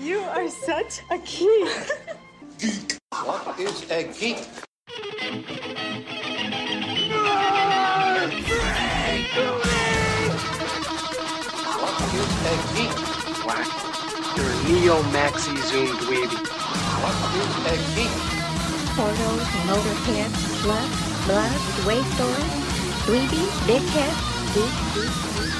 You are such a geek. What is a geek? What is a geek? Black. You're a neo maxi zoom dweeby. What is a geek? Portals, motorhead, slut, blood, waste storage, 3D, dickhead, geek, geek,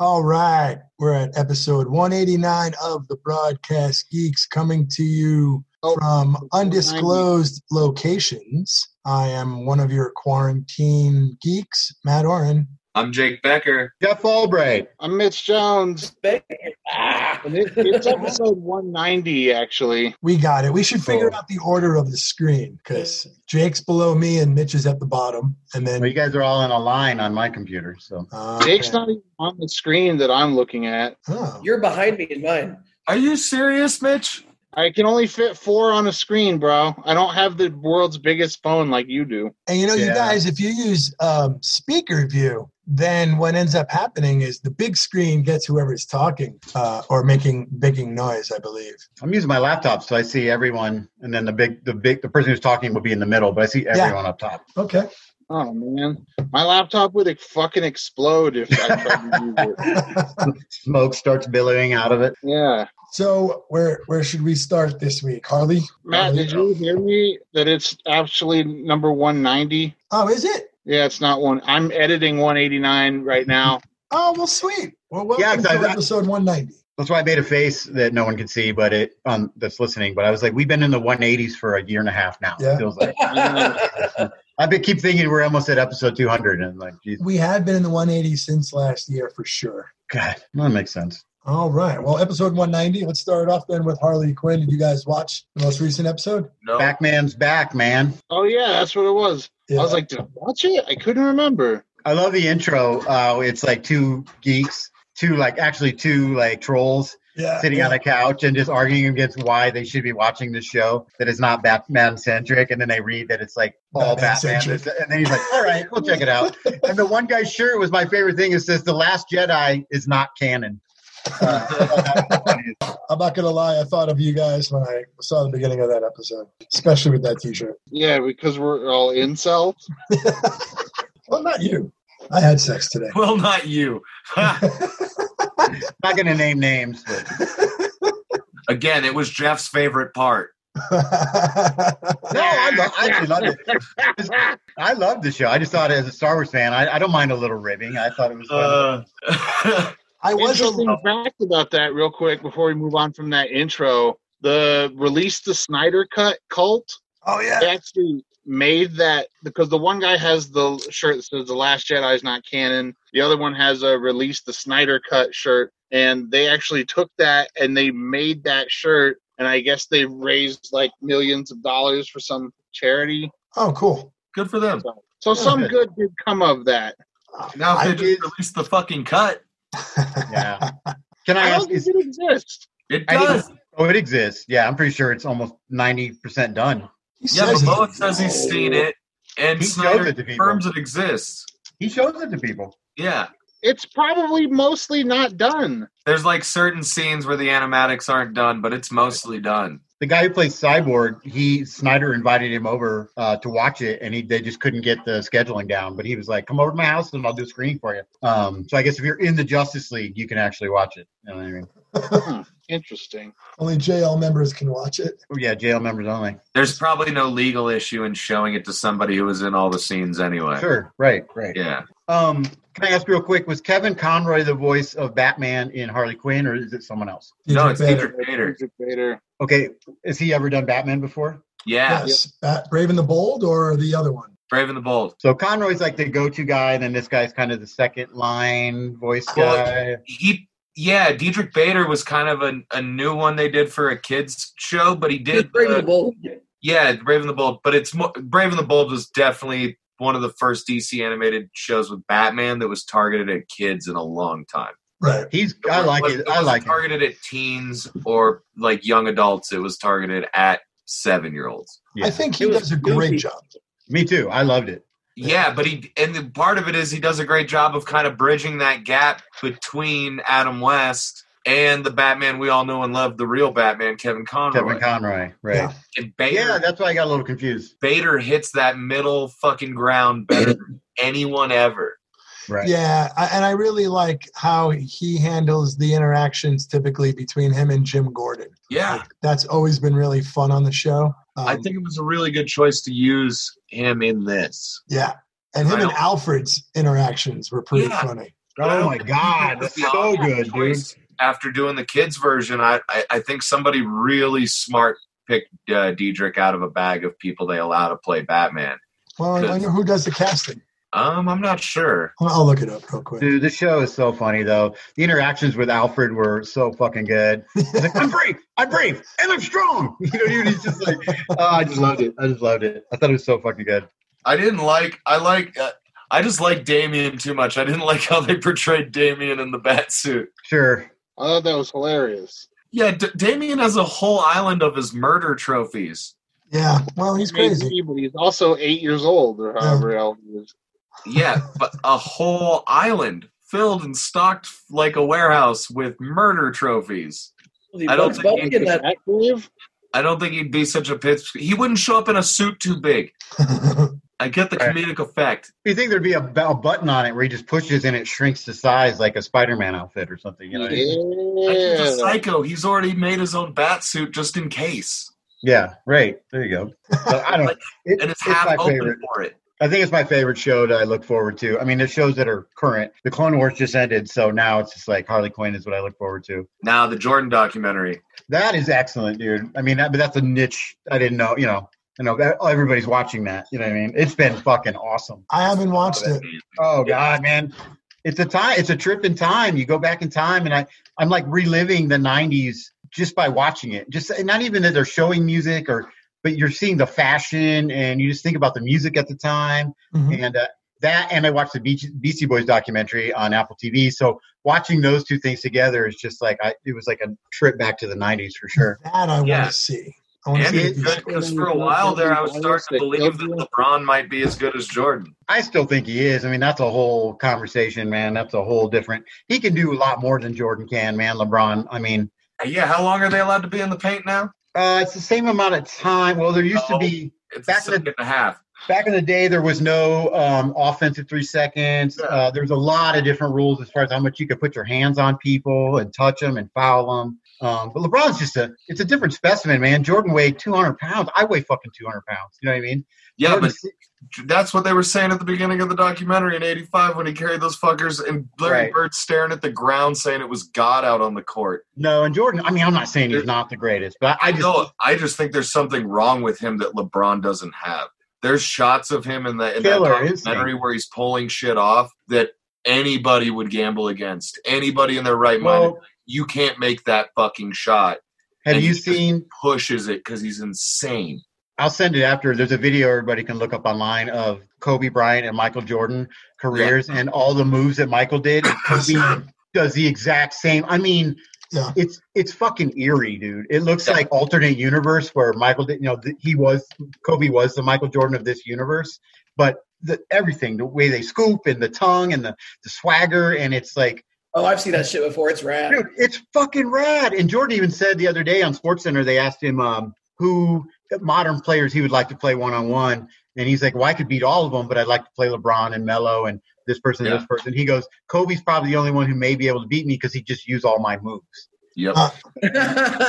All right, we're at episode 189 of the Broadcast Geeks coming to you Oh, from undisclosed locations. I am one of your quarantine geeks, Matt Oren. I'm Jake Becker. Jeff Albright. I'm Mitch Jones. And it- it's episode 190, actually. We got it. We Oh. should figure out the order of the screen because Jake's below me and Mitch is at the bottom. And Well, then you guys are all in a line on my computer, so uh, Jake's not even on the screen that I'm looking at. Oh. You're behind me in mine. Are you serious, Mitch? I can only fit four on a screen, bro. I don't have the world's biggest phone like you do. And you know, you Yeah. guys, if you use um, speaker view, then what ends up happening is the big screen gets whoever's talking uh, or making making noise, I believe. I'm using my laptop, so I see everyone, and then the big, the big, the person who's talking will be in the middle, but I see everyone up top. Okay. Oh, man. My laptop would fucking explode if I tried to use it. Smoke starts billowing out of it. Yeah. so where where should we start this week, Harley? Matt, did you hear me that it's actually number 190? Oh, is it? Yeah, it's not one. I'm editing 189 right now. Oh, well, sweet. Well, welcome Yeah, 'cause to I- episode one ninety. That's why I made a face that no one could see, but it um that's listening. But I was like, we've been in the 180s for a year and a half now. Yeah. It feels like I I been keep thinking we're almost at episode 200, and like, geez, We have been in the one eighty since last year for sure. God, that makes sense. All right. Well, episode one ninety. Let's start off then with Harley Quinn. Did you guys watch the most recent episode? No. Backman's back, man. Oh, yeah, that's what it was. Yeah. I was like, did I watch it? I couldn't remember. I love the intro. Uh, it's like two geeks, two like actually two like trolls, yeah, sitting on a couch and just arguing against why they should be watching this show that is not Batman centric, and then they read that it's like all Batman, Batman-centric. and then he's like, "All right, we'll check it out." And the one guy's shirt was my favorite thing. It says, "The Last Jedi is not canon." Uh, I thought that was funny. I'm not gonna lie, I thought of you guys when I saw the beginning of that episode, especially with that T-shirt. Yeah, because we're all incels. Well, not you. I had sex today. Well, not you. not going to name names, but Again, it was Jeff's favorite part. no, I, lo- I actually loved it. I loved the show. I just thought, as a Star Wars fan, I, I don't mind a little ribbing. I thought it was fun. Uh. I was a Interesting little. fact about that, real quick, before we move on from that intro. The release the Snyder Cut cult Oh they yeah. actually made that because the one guy has the shirt that says The Last Jedi is not canon. The other one has a release the Snyder Cut shirt, and they actually took that and they made that shirt. And I guess they raised like millions of dollars for some charity. Oh, cool. Good for them. So some good did come of that. Now if I they just released the fucking cut, Yeah. Can I I don't ask? think Is, it exists. it I didn't- does. oh, it exists. Yeah, I'm pretty sure it's almost ninety percent done. He Yeah, says but it. Bowen says he's seen it, and He shows Snyder it to people. confirms it exists. He shows it to people. Yeah. It's probably mostly not done. There's like certain scenes where the animatics aren't done, but it's mostly done. The guy who plays Cyborg, he Snyder invited him over uh, to watch it, and he they just couldn't get the scheduling down. But he was like, "Come over to my house, and I'll do a screening for you." Um, so I guess if you're in the Justice League, you can actually watch it. You know what I mean? Interesting. Only JL members can watch it. Oh yeah, jail members only. There's probably no legal issue in showing it to somebody who was in all the scenes anyway. Sure, right, right. Yeah. Um, can I ask real quick? Was Kevin Conroy the voice of Batman in Harley Quinn, or is it someone else? No, Dietrich it's Bader. Peter Vader. Patrick Bader. Okay, has he ever done Batman before? Yeah. Yes, Bat, Brave and the Bold or the other one. Brave and the Bold. So Conroy's like the go-to guy, and then this guy's kind of the second line voice Well, guy. he yeah Diedrich Bader was kind of a, a new one they did for a kids show but he did Brave uh, and the Bold. yeah Brave and the Bold but it's more, Brave and the Bold was definitely one of the first DC animated shows with Batman that was targeted at kids in a long time. Right. He's. I like was- it. I wasn't like it. targeted at teens or like young adults. It was targeted at seven year olds. Yeah. I think he It was does a great goofy. job. Me too. I loved it. Yeah, but he and the part of it is he does a great job of kind of bridging that gap between Adam West and the Batman we all know and love, the real Batman, Kevin Conroy. Kevin Conroy. Right. Yeah. And Bader, Yeah, that's why I got a little confused. Bader hits that middle fucking ground better than anyone ever. Right. Yeah, I, and I really like how he handles the interactions typically between him and Jim Gordon. Yeah. Like, that's always been really fun on the show. Um, I think it was a really good choice to use him in this. Yeah, and him I and don't- Alfred's interactions were pretty Yeah. funny. Oh my god, that's so good, dude. Choice After doing the kids version, I, I, I think somebody really smart picked uh, Diedrich out of a bag of people they allow to play Batman. Well, I wonder who does the casting. Um, I'm not sure. I'll- I'll look it up real quick. Dude, this show is so funny though. The interactions with Alfred were so fucking good. He's like, Oh, I'm brave, I'm brave, and I'm strong. You know, dude, he's just like, oh, I just loved it. I just loved it. I thought it was so fucking good. I didn't like. I like. Uh, I just like Damien too much. I didn't like how they portrayed Damien in the bat suit. Sure. I thought that was hilarious. Yeah, D- Damien has a whole island of his murder trophies. Yeah, well, Oh, he's I mean, crazy. he- but he's also eight years old or however old he is. Yeah, but a whole island filled and stocked like a warehouse with murder trophies. I don't think he- Is that active? I don't think he'd be such a pitch. He wouldn't show up in a suit too big. I get the Right. comedic effect. You think there'd be a, bu- a button on it where he just pushes and it shrinks to size like a Spider-Man outfit or something? You know? Yeah. Like, he's a Yeah. psycho. He's already made his own bat suit just in case, right. There you go. But I don't. it- and it's half open for it. I think it's my favorite show that I look forward to. I mean, the shows that are current. The Clone Wars just ended, so now it's just like Harley Quinn is what I look forward to. Now the Jordan documentary. That is excellent, dude. I mean, that, but that's a niche I didn't know. You know, you know, that- everybody's watching that. You know what I mean? It's been fucking awesome. I haven't watched Oh, it. that- Oh god, man, it's a time. It's a trip in time. You go back in time, and I, I'm like reliving the '90s just by watching it. Just and not even that they're showing music or, but you're seeing the fashion, and you just think about the music at the time Mhm. and uh, that and i watched the Beach, beastie boys documentary on apple tv so watching those two things together is just like I, it was like a trip back to the 90s for sure That I want Yeah. to see. I want to And see. it's if he's- good because for a while there, I was starting to believe that LeBron might be as good as Jordan. i still think he is i mean that's a whole conversation man that's a whole different he can do a lot more than jordan can man lebron i mean Uh, Yeah, how long are they allowed to be in the paint now? uh, it's the same amount of time well there used Oh. to be It's a Back in the- second and a half. back in the day there was no um, offensive three seconds Yeah. uh, there was a lot of different rules as far as how much you could put your hands on people and touch them and foul them um, but lebron's just a it's a different specimen man jordan weighed 200 pounds i weigh fucking 200 pounds you know what i mean Yeah, Jordan but that's what they were saying at the beginning of the documentary in '85 when he carried those fuckers and Larry Right. Bird staring at the ground saying it was God out on the court. no and jordan i mean i'm not saying he's not the greatest but i I just know. I just think there's something wrong with him that LeBron doesn't have. There's shots of him in the in that Killer documentary where he's pulling shit off that anybody would gamble against. Anybody in their right mind, well, you can't make that fucking shot. have and he you just- seen Pushes it because he's insane. I'll send it after. There's a video everybody can look up online of Kobe Bryant and Michael Jordan careers and all the moves that Michael did. And Kobe does the exact same. I mean, Yeah. it's it's fucking eerie, dude. It looks Yeah. like alternate universe where Michael did. You know, th- he was Kobe was the Michael Jordan of this universe, but the everything, the way they scoop and the tongue and the, the swagger, and it's like Oh, I've seen that shit before. It's rad. Dude, it's fucking rad. And Jordan even said the other day on SportsCenter, they asked him um, who modern players he would like to play one on one, and he's like, "Well, I could beat all of them, but I'd like to play LeBron and Melo and this person, and Yeah. this person." He goes, "Kobe's probably the only one who may be able to beat me because he just used all my moves." Yep. Uh,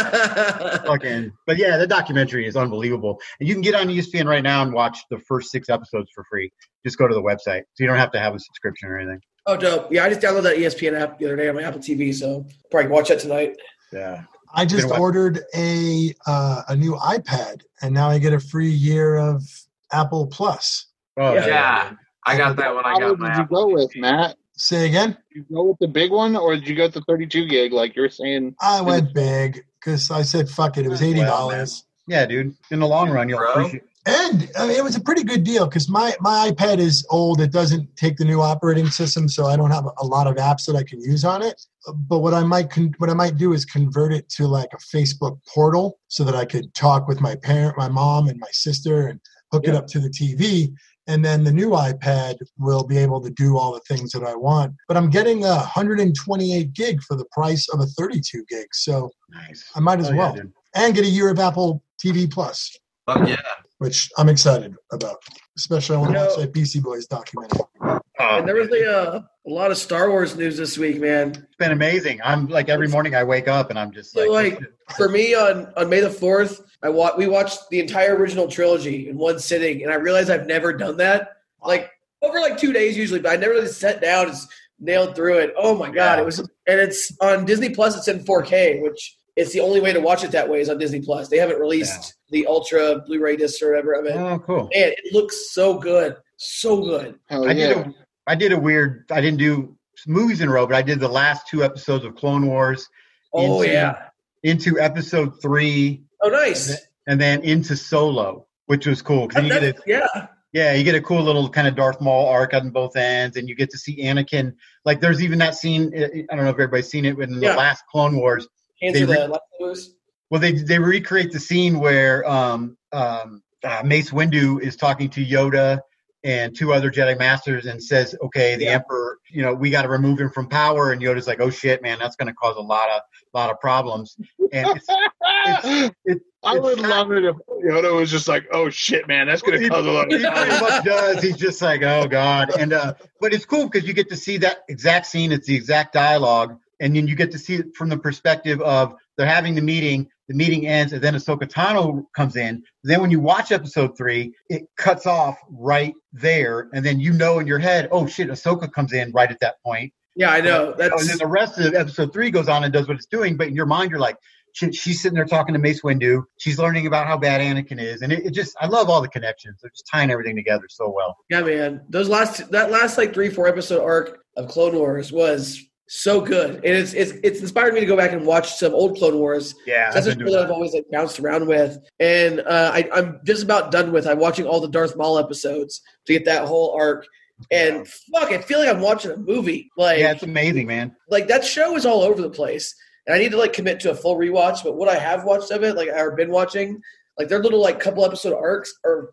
Fucking, but yeah, the documentary is unbelievable, and you can get on E ESPN right now and watch the first six episodes for free. Just go to the website, so you don't have to have a subscription or anything. oh, dope. Yeah, I just downloaded that E ESPN app the other day on my Apple TV, so probably watch that tonight. Yeah, I just Been a while. ordered a uh, a new iPad, and now I get a free year of Apple Plus. oh Yeah. yeah. I got that when I How got did my you app. go with Matt? Say again. Did you go with the big one, or did you go with the 32 gig like you're saying? I went big because I said fuck it. It was Well, eighty dollars. yeah, dude. In the long run, you'll Bro. appreciate. And I mean, it was a pretty good deal because my, my iPad is old. It doesn't take the new operating system, so I don't have a lot of apps that I can use on it. But what I might con- what I might do is convert it to like a Facebook portal so that I could talk with my parent, my mom, and my sister, and hook it up to the TV. And then the new iPad will be able to do all the things that I want. But I'm getting a 128 gig for the price of a 32 gig, so Nice. I might as Hell Oh, yeah, well. dude. and get a year of Apple TV Plus Fuck yeah. which I'm excited about. Especially I want to No. watch that BC Boys documentary. Oh, And there was a, uh, a lot of Star Wars news this week, man. It's been amazing. I'm like every morning I wake up and I'm just So, like, like for me on on May the fourth, I wa- we watched the entire original trilogy in one sitting, and I realized I've never done that. Like over like two days usually, but I never really sat down and s- nailed through it. Oh my god, it was! And it's on Disney Plus. It's in 4K, which it's the only way to watch it that way is on Disney Plus. They haven't released the Ultra Blu-ray disc or whatever of it. oh, cool. Man, it looks so good, so good. Hell I yeah. did a, I did a weird. I didn't do movies in a row, but I did the last two episodes of Clone Wars Oh Into- yeah. into episode three, Oh nice. and then into Solo, which was cool. 'cause then you get a- yeah. Yeah, you get a cool little kind of Darth Maul arc on both ends, and you get to see Anakin. Like, there's even that scene. I I don't know if everybody's seen it, but in the Yeah. last Clone Wars, Answer They re- the lightsabers. well, they they recreate the scene where um, um, uh, Mace Windu is talking to Yoda and two other Jedi Masters and says, "Okay, the Yeah. Emperor, you know, we got to remove him from power." And Yoda's like, "Oh shit, man, that's going to cause a lot of lot of problems." And it's, it's, it, I it's would not- love it if Yoda was just like, "Oh shit, man, that's gonna He- cause a lot." he Of- pretty much does. He's just like, oh god, and uh, but it's cool because you get to see that exact scene. It's the exact dialogue, and then you get to see it from the perspective of they're having the meeting. The meeting ends, and then Ahsoka Tano comes in. Then when you watch episode three, it cuts off right there, and then you know in your head, oh shit, Ahsoka comes in right at that point. Yeah, I know. Oh, and That's then the rest of episode three goes on and does what it's doing. But in your mind, you're like, shit, she's sitting there talking to Mace Windu. She's learning about how bad Anakin is, and it, it just, I love all the connections. They're just tying everything together so well. Yeah, man. Those last that last like three four episode arc of Clone Wars was so good, and it's it's it's inspired me to go back and watch some old Clone Wars. Yeah, I've That's been just doing people that I've that. always like bounced around with, and uh, I, I'm just about done with. I'm watching all the Darth Maul episodes to get that whole arc, and fuck, I feel like I'm watching a movie. Like Yeah, it's amazing, man. like that show is all over the place and i need to like commit to a full rewatch but what i have watched of it like i've been watching like their little like couple episode arcs are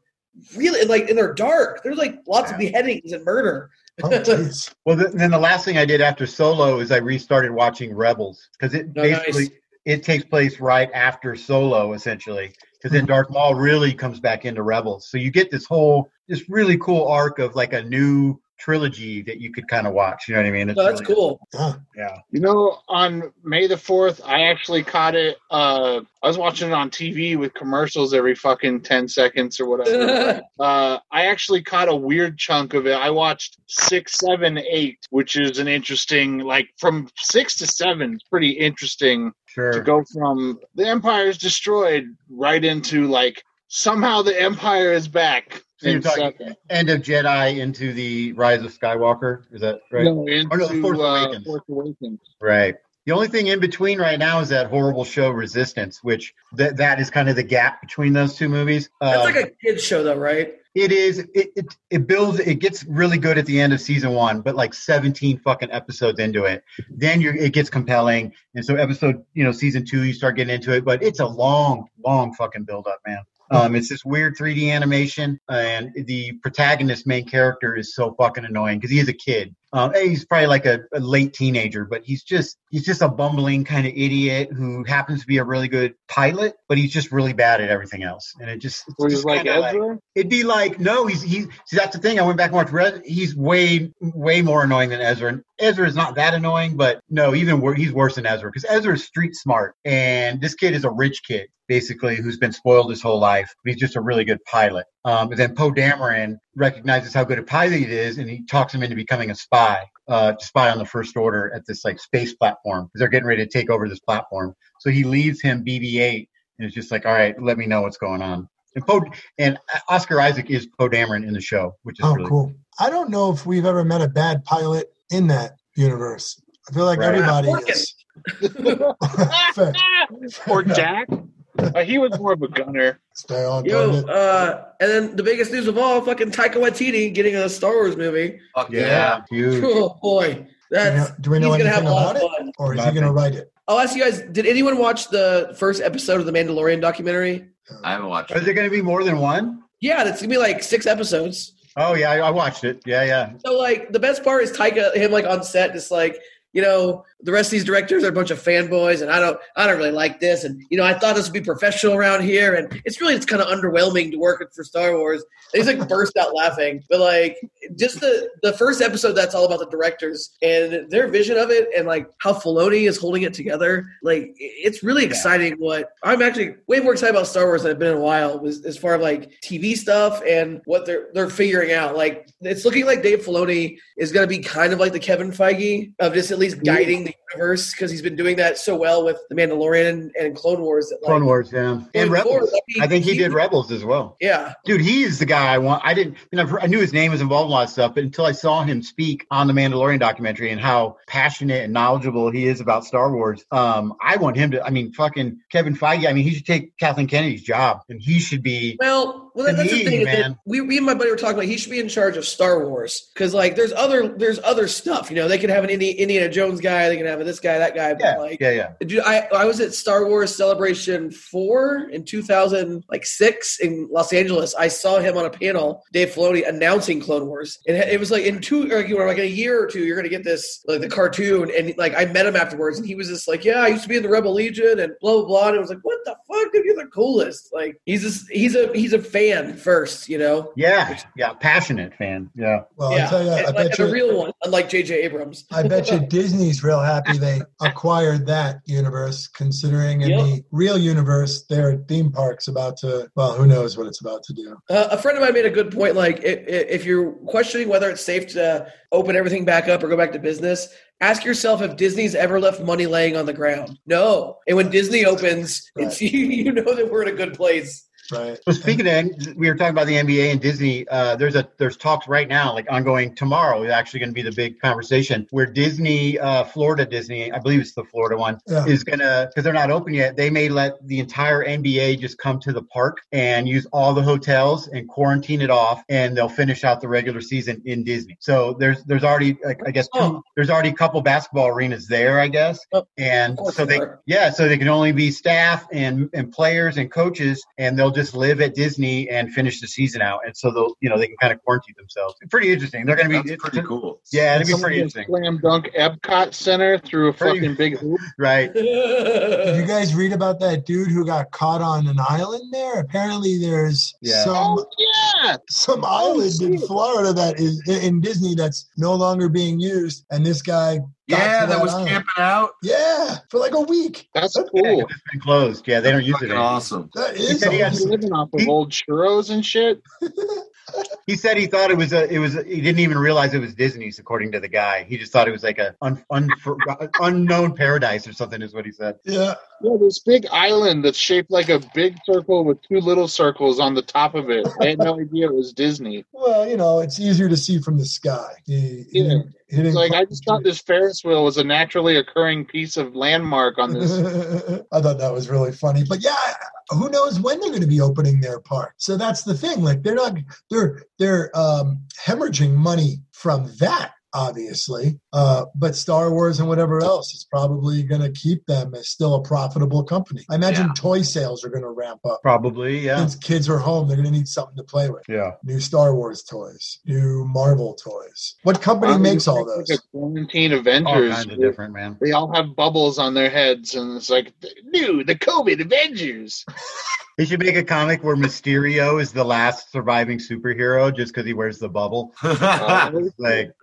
really and, like and they're dark there's like lots of Yeah. beheadings and murder Oh, jeez. Well, th- then the last thing I did after Solo is I restarted watching Rebels because it No, basically nice. it takes place right after Solo, essentially. Because Mm-hmm. then Darth Maul really comes back into Rebels, so you get this whole this really cool arc of like a new trilogy that you could kind of watch. You know what I mean? It's so that's really- cool yeah. Yeah. you know, on May the fourth, I actually caught it. Uh, I was watching it on TV with commercials every fucking ten seconds or whatever. uh, I actually caught a weird chunk of it. I watched six, seven, eight, which is an interesting like from six to seven, it's pretty interesting Sure. to go from the empire is destroyed right into like somehow the empire is back. So you're in talking seven. End of Jedi into the Rise of Skywalker. Is that right? No, into, Or no, Force uh, Awakens. Force Awakens. Right. The only thing in between right now is that horrible show Resistance, which that that is kind of the gap between those two movies. that's Uh, Um, like a kid show though right it is it, it it builds it gets really good at the end of season one, but like seventeen fucking episodes into it, then you it gets compelling, and so episode you know season two you start getting into it, but it's a long long fucking build up, man. Um, it's this weird 3D animation, and the protagonist main character is so fucking annoying because he is a kid. Um, and he's probably like a, a late teenager, but he's just he's just a bumbling kind of idiot who happens to be a really good pilot, but he's just really bad at everything else, and it just it's Where he's just like kinda like- Ezra. It'd be like, no, he's he. See, that's the thing. I went back and watched. Red, he's way way more annoying than Ezra. And Ezra is not that annoying, but no, even wor- he's worse than Ezra because Ezra is street smart, and this kid is a rich kid basically who's been spoiled his whole life. But he's just a really good pilot. Um, and then Poe Dameron recognizes how good a pilot he is, and he talks him into becoming a spy, uh, to spy on the First Order at this like space platform because they're getting ready to take over this platform. So he leaves him BB-8, and it's just like, all right, let me know what's going on. And Poe and uh, Oscar Isaac is Poe Dameron in the show, which is Oh, really cool. I don't know if we've ever met a bad pilot in that universe. I feel like Right. everybody Working. is. Fair. or Jack. Uh, he was more of a gunner. Stay on Yo, target. uh, and then the biggest news of all, fucking Taika Waititi getting a Star Wars movie. Fuck Yeah, huge. Oh boy, Do we know, that's do we know he's gonna have anything a lot about of fun. it, or is he Nothing. going to write it? I'll ask you guys: Did anyone watch the first episode of the Mandalorian documentary? I haven't watched Is it. there going to be more than one? Yeah, that's gonna be like six episodes. Oh yeah, I, I watched it. Yeah, yeah. So like the best part is Taika him like on set just like you know the rest of these directors are a bunch of fanboys and I don't I don't really like this and you know I thought this would be professional around here and it's really it's kind of underwhelming to work for Star Wars and he's like burst out laughing but like just the the first episode that's all about the directors and their vision of it and like how Filoni is holding it together like i- it's really exciting what I'm actually way more excited about Star Wars than I've been in a while was as far as like TV stuff and what they're they're figuring out like it's looking like Dave Filoni is going to be kind of like the Kevin Feige of just at least guiding the universe because he's been doing that so well with the Mandalorian and Clone Wars that like Clone Wars, yeah, and Going forward, Rebels. that'd be- I think he he- did Rebels as well. yeah Dude, he's the guy I want. I didn't, you know, I knew his name was involved in a lot of stuff, but until I saw him speak on the Mandalorian documentary and how passionate and knowledgeable he is about Star Wars, um, I want him to. I mean, fucking Kevin Feige. I mean, he should take Kathleen Kennedy's job, and he should be. Well, well, that, that's To the me, thing. is that man. we, me and my buddy were talking about he should be in charge of Star Wars because like there's other there's other stuff. You know, they could have an Indi- Indiana Jones guy, they can have this guy, that guy. But Yeah, like, yeah, yeah. dude, I I was at Star Wars Celebration four in two thousand like six in Los Angeles. I saw him on a panel, Dave Filoni announcing Clone Wars, and it was like in two or, you know, like in a year or two, you're gonna get this like the cartoon, and like I met him afterwards, and he was just like, yeah, I used to be in the Rebel Legion, and blah blah blah, and it was like, what the fuck, dude, you're the coolest. Like he's just he's a he's a fan first, you know. Yeah, yeah, passionate fan. Yeah, Well, I'll tell you, I and, like, bet and a you, real one, unlike J.J. Abrams. I bet you Disney's real happy they acquired that universe, considering in Yep. the real universe, their theme park's about to, well, who knows what it's about to do. Uh, a friend of mine made a good point. Like, i- i- if you're questioning whether it's safe to open everything back up or go back to business, ask yourself if Disney's ever left money laying on the ground. No. And when Disney opens, it's you, you know that we're in a good place. Right. So speaking of, we were talking about the NBA and Disney. Uh, there's a there's talks right now, like ongoing tomorrow. Is actually going to be the big conversation where Disney, uh, Florida Disney, I believe it's the Florida one, Oh. Yeah. is going to because they're not open yet. They may let the entire NBA just come to the park and use all the hotels and quarantine it off, and they'll finish out the regular season in Disney. So there's there's already like, I guess Oh. two, there's already a couple basketball arenas there, I guess, Oh, and of course so they there are. yeah, so they can only be staff and and players and coaches, and they'll just live at Disney and finish the season out, and so they'll you know they can kind of quarantine themselves. Pretty interesting. They're going to be That's it's- pretty cool. Yeah, it'll be Somebody pretty is interesting, Slam dunk Epcot Center through a Pretty- fucking big hoop. right? Did you guys read about that dude who got caught on an island there? Apparently, there's Yeah. some Oh yeah, some island in Florida that is in Disney that's no longer being used, and this guy got Yeah, to that was island. camping out. yeah for like a week. that's Yeah, 'cause cool. it's been closed. Yeah, they don't use Fucking it. anymore. awesome. That He is said he had- awesome. Living off of old churros and shit. He said he thought it was a. It was. A, he didn't even realize it was Disney's, according to the guy. He just thought it was like a un, un, unknown paradise or something. Is what he said. yeah. Yeah, this big island that's shaped like a big circle with two little circles on the top of it. I had no idea it was Disney. Well, you know, it's easier to see from the sky. He, he Yeah. didn't- he didn't It's like climb I just thought the this Ferris wheel was a naturally occurring piece of landmark on tree. this. I thought that was really funny, but yeah, who knows when they're going to be opening their park? So that's the thing. Like they're not they're they're um, hemorrhaging money from that, obviously. Uh, but Star Wars and whatever else is probably going to keep them as still a profitable company. I imagine Yeah. toy sales are going to ramp up. Probably. Yeah. Since kids are home, they're going to need something to play with. Yeah. New Star Wars toys, new Marvel toys. What company Um, makes all it's like those? a quarantine All Avengers. kinds of different man. They all have bubbles on their heads, and it's like, dude, the COVID Avengers. They should make a comic where Mysterio is the last surviving superhero just because he wears the bubble. Like oh,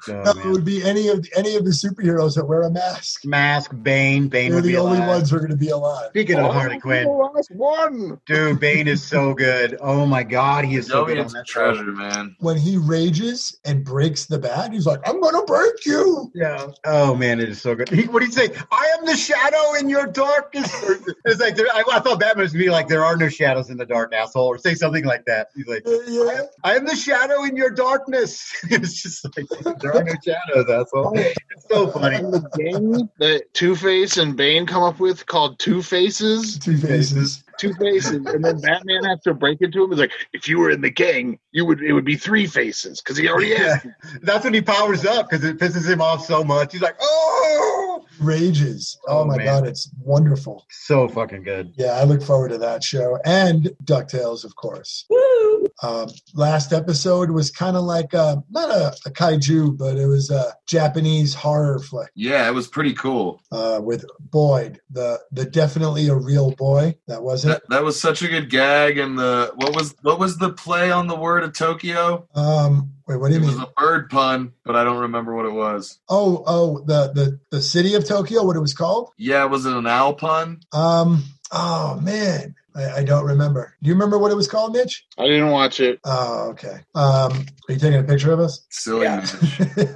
No, it man. would be any of the, any of the superheroes that wear a mask. mask, Bane. Bane They're would be the only alive. ones who are going to be alive. Speaking Oh, of Harley the Quinn, last one. dude, Bane is so good. Oh my god, he is so good on Zoe's a that treasure, show. man. When he rages and breaks the bat, he's like, "I'm going to break you." Yeah. Oh man, it is so good. He, what do you say? I am the shadow in your darkness. Or- it's like there, I, I thought Batman was gonna be like there are no shadows in the dark, asshole, or say something like that. He's like, Uh, yeah. I am the shadow in your darkness. it's just like there are no shadows, asshole. It's so funny. And the game that Two Face and Bane come up with called Two Faces. Two faces. two faces, and then Batman has to break into him. He's like, if you were in the gang, you would it would be three faces because he already Yeah. has. That's when he powers up because it pisses him off so much. He's like, oh, Rages. Oh, Oh, my man. God, it's wonderful. so fucking good. Yeah, I look forward to that show and DuckTales, of course. Woo! Um, last episode was kind of like uh not a, a kaiju, but it was a Japanese horror flick Yeah, it was pretty cool. uh, with Boyd, the the definitely a real boy. That was it. That, that was such a good gag. And the what was what was the play on the word of Tokyo? Um, wait, what do It you was mean? a bird pun, but I don't remember what it was. Oh, oh, the the the city of Tokyo. What it was called? Yeah, was it an owl pun? Um, oh man, I, I don't remember. Do you remember what it was called, Mitch? I didn't watch it. Oh, okay. Um, are you taking a picture of us? Silly. Yeah. Mitch.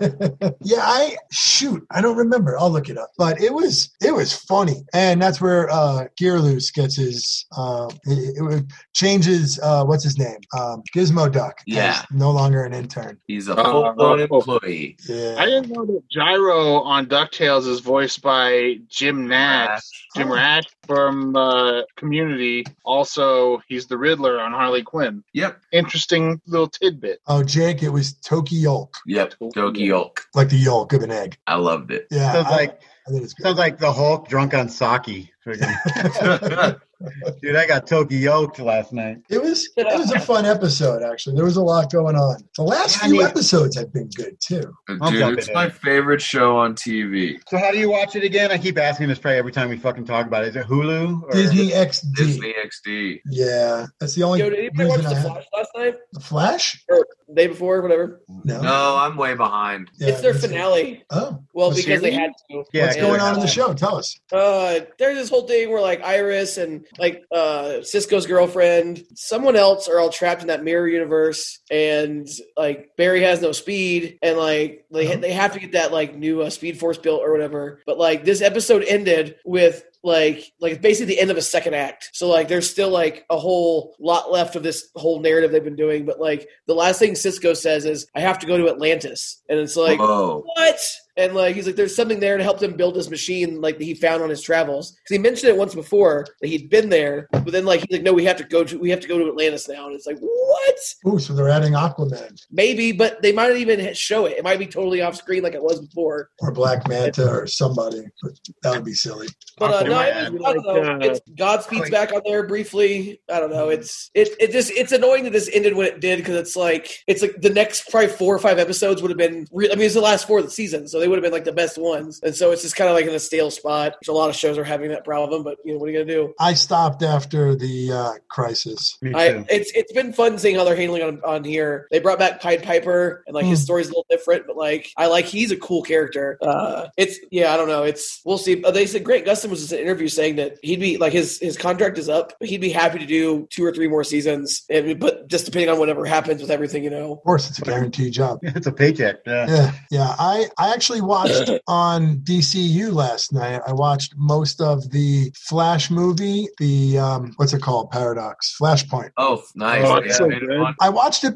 yeah, I shoot, I don't remember. I'll look it up. But it was it was funny, and that's where uh, Gear Loose gets his uh, it, it was- changes uh, what's his name um, Gizmo Duck. as Yeah. no longer an intern. He's a Uh, full blown oh. employee. Yeah, I didn't know that Gyro on DuckTales is voiced by Jim Nash. Jim Oh. Rash from uh, Community. Also, he's the Riddler on Harley Quinn. Yep. Interesting little tidbit. oh Jake, it was Toki Yolk, Yep. Doki Yolk. like the yolk of an egg. I loved it. Yeah, Sounds I- like I think it's good. sounds like the Hulk drunk on sake. Friggin- Dude, I got Toki yoked last night. It was it was a fun episode actually. There was a lot going on. The last Yeah, I few mean- episodes have been good too. I'll jump Dude, it's in. my favorite show on TV. So how do you watch it again? I keep asking this probably every time we fucking talk about it. Is it Hulu? Or Disney XD. Disney XD. Yeah, that's the only Yo, did anybody watch reason I The have- Flash last night? The Flash? Or the day before, whatever. No. No, I'm way behind. Yeah, it's their that's it. finale. Oh, Well, The because they series? had to. Yeah, what's because going I on in have the that. show? Tell us. Uh, there's this whole thing where like Iris and like uh Cisco's girlfriend, someone else are all trapped in that mirror universe, and like Barry has no speed, and like they Uh-huh. they have to get that like new uh, Speed Force built or whatever. But like this episode ended with like like it's basically the end of a second act so like there's still like a whole lot left of this whole narrative they've been doing but like the last thing cisco says is i have to go to atlantis and it's Uh-huh. like Whoa. what? And like he's like, there's something there to help him build this machine, like that he found on his travels. Because he mentioned it once before that he'd been there, but then like he's like, no, we have to go to we have to go to Atlantis now, and it's like, what? Ooh, so they're adding Aquaman Maybe, but they might not even show it. It might be totally off screen, like it was before. or Black Manta or somebody. But that would be silly. But uh, Awesome. no, I, Yeah. I don't know. It's, Godspeed's back on there briefly. I don't know. It's it it just it's annoying that this ended when it did because it's like it's like the next probably four or five episodes would have been. Re- I mean, it's the last four of the season, so they would have been like the best ones. And so it's just kind of like in a stale spot, which a lot of shows are having that problem. But you know, what are you gonna do? I stopped after the uh, crisis. Me too. I, it's it's been fun seeing how they're handling on, on here. They brought back Pied Piper, and like his Hmm. story's a little different, but like I like he's a cool character. Uh, it's yeah, I don't know. It's we'll see. Uh, They said Grant Gustin was just in an interview saying that he'd be like his his contract is up. He'd be happy to do two or three more seasons, and, but just depending on whatever happens with everything, you know. Of course, it's a guaranteed job. it's a paycheck. Yeah. Yeah, yeah. I, I actually watched on DCU last night. I watched most of the Flash movie. The um, what's it called? Paradox, Flashpoint. Oh, nice. Oh, Yeah, it's so made it good. fun. I watched it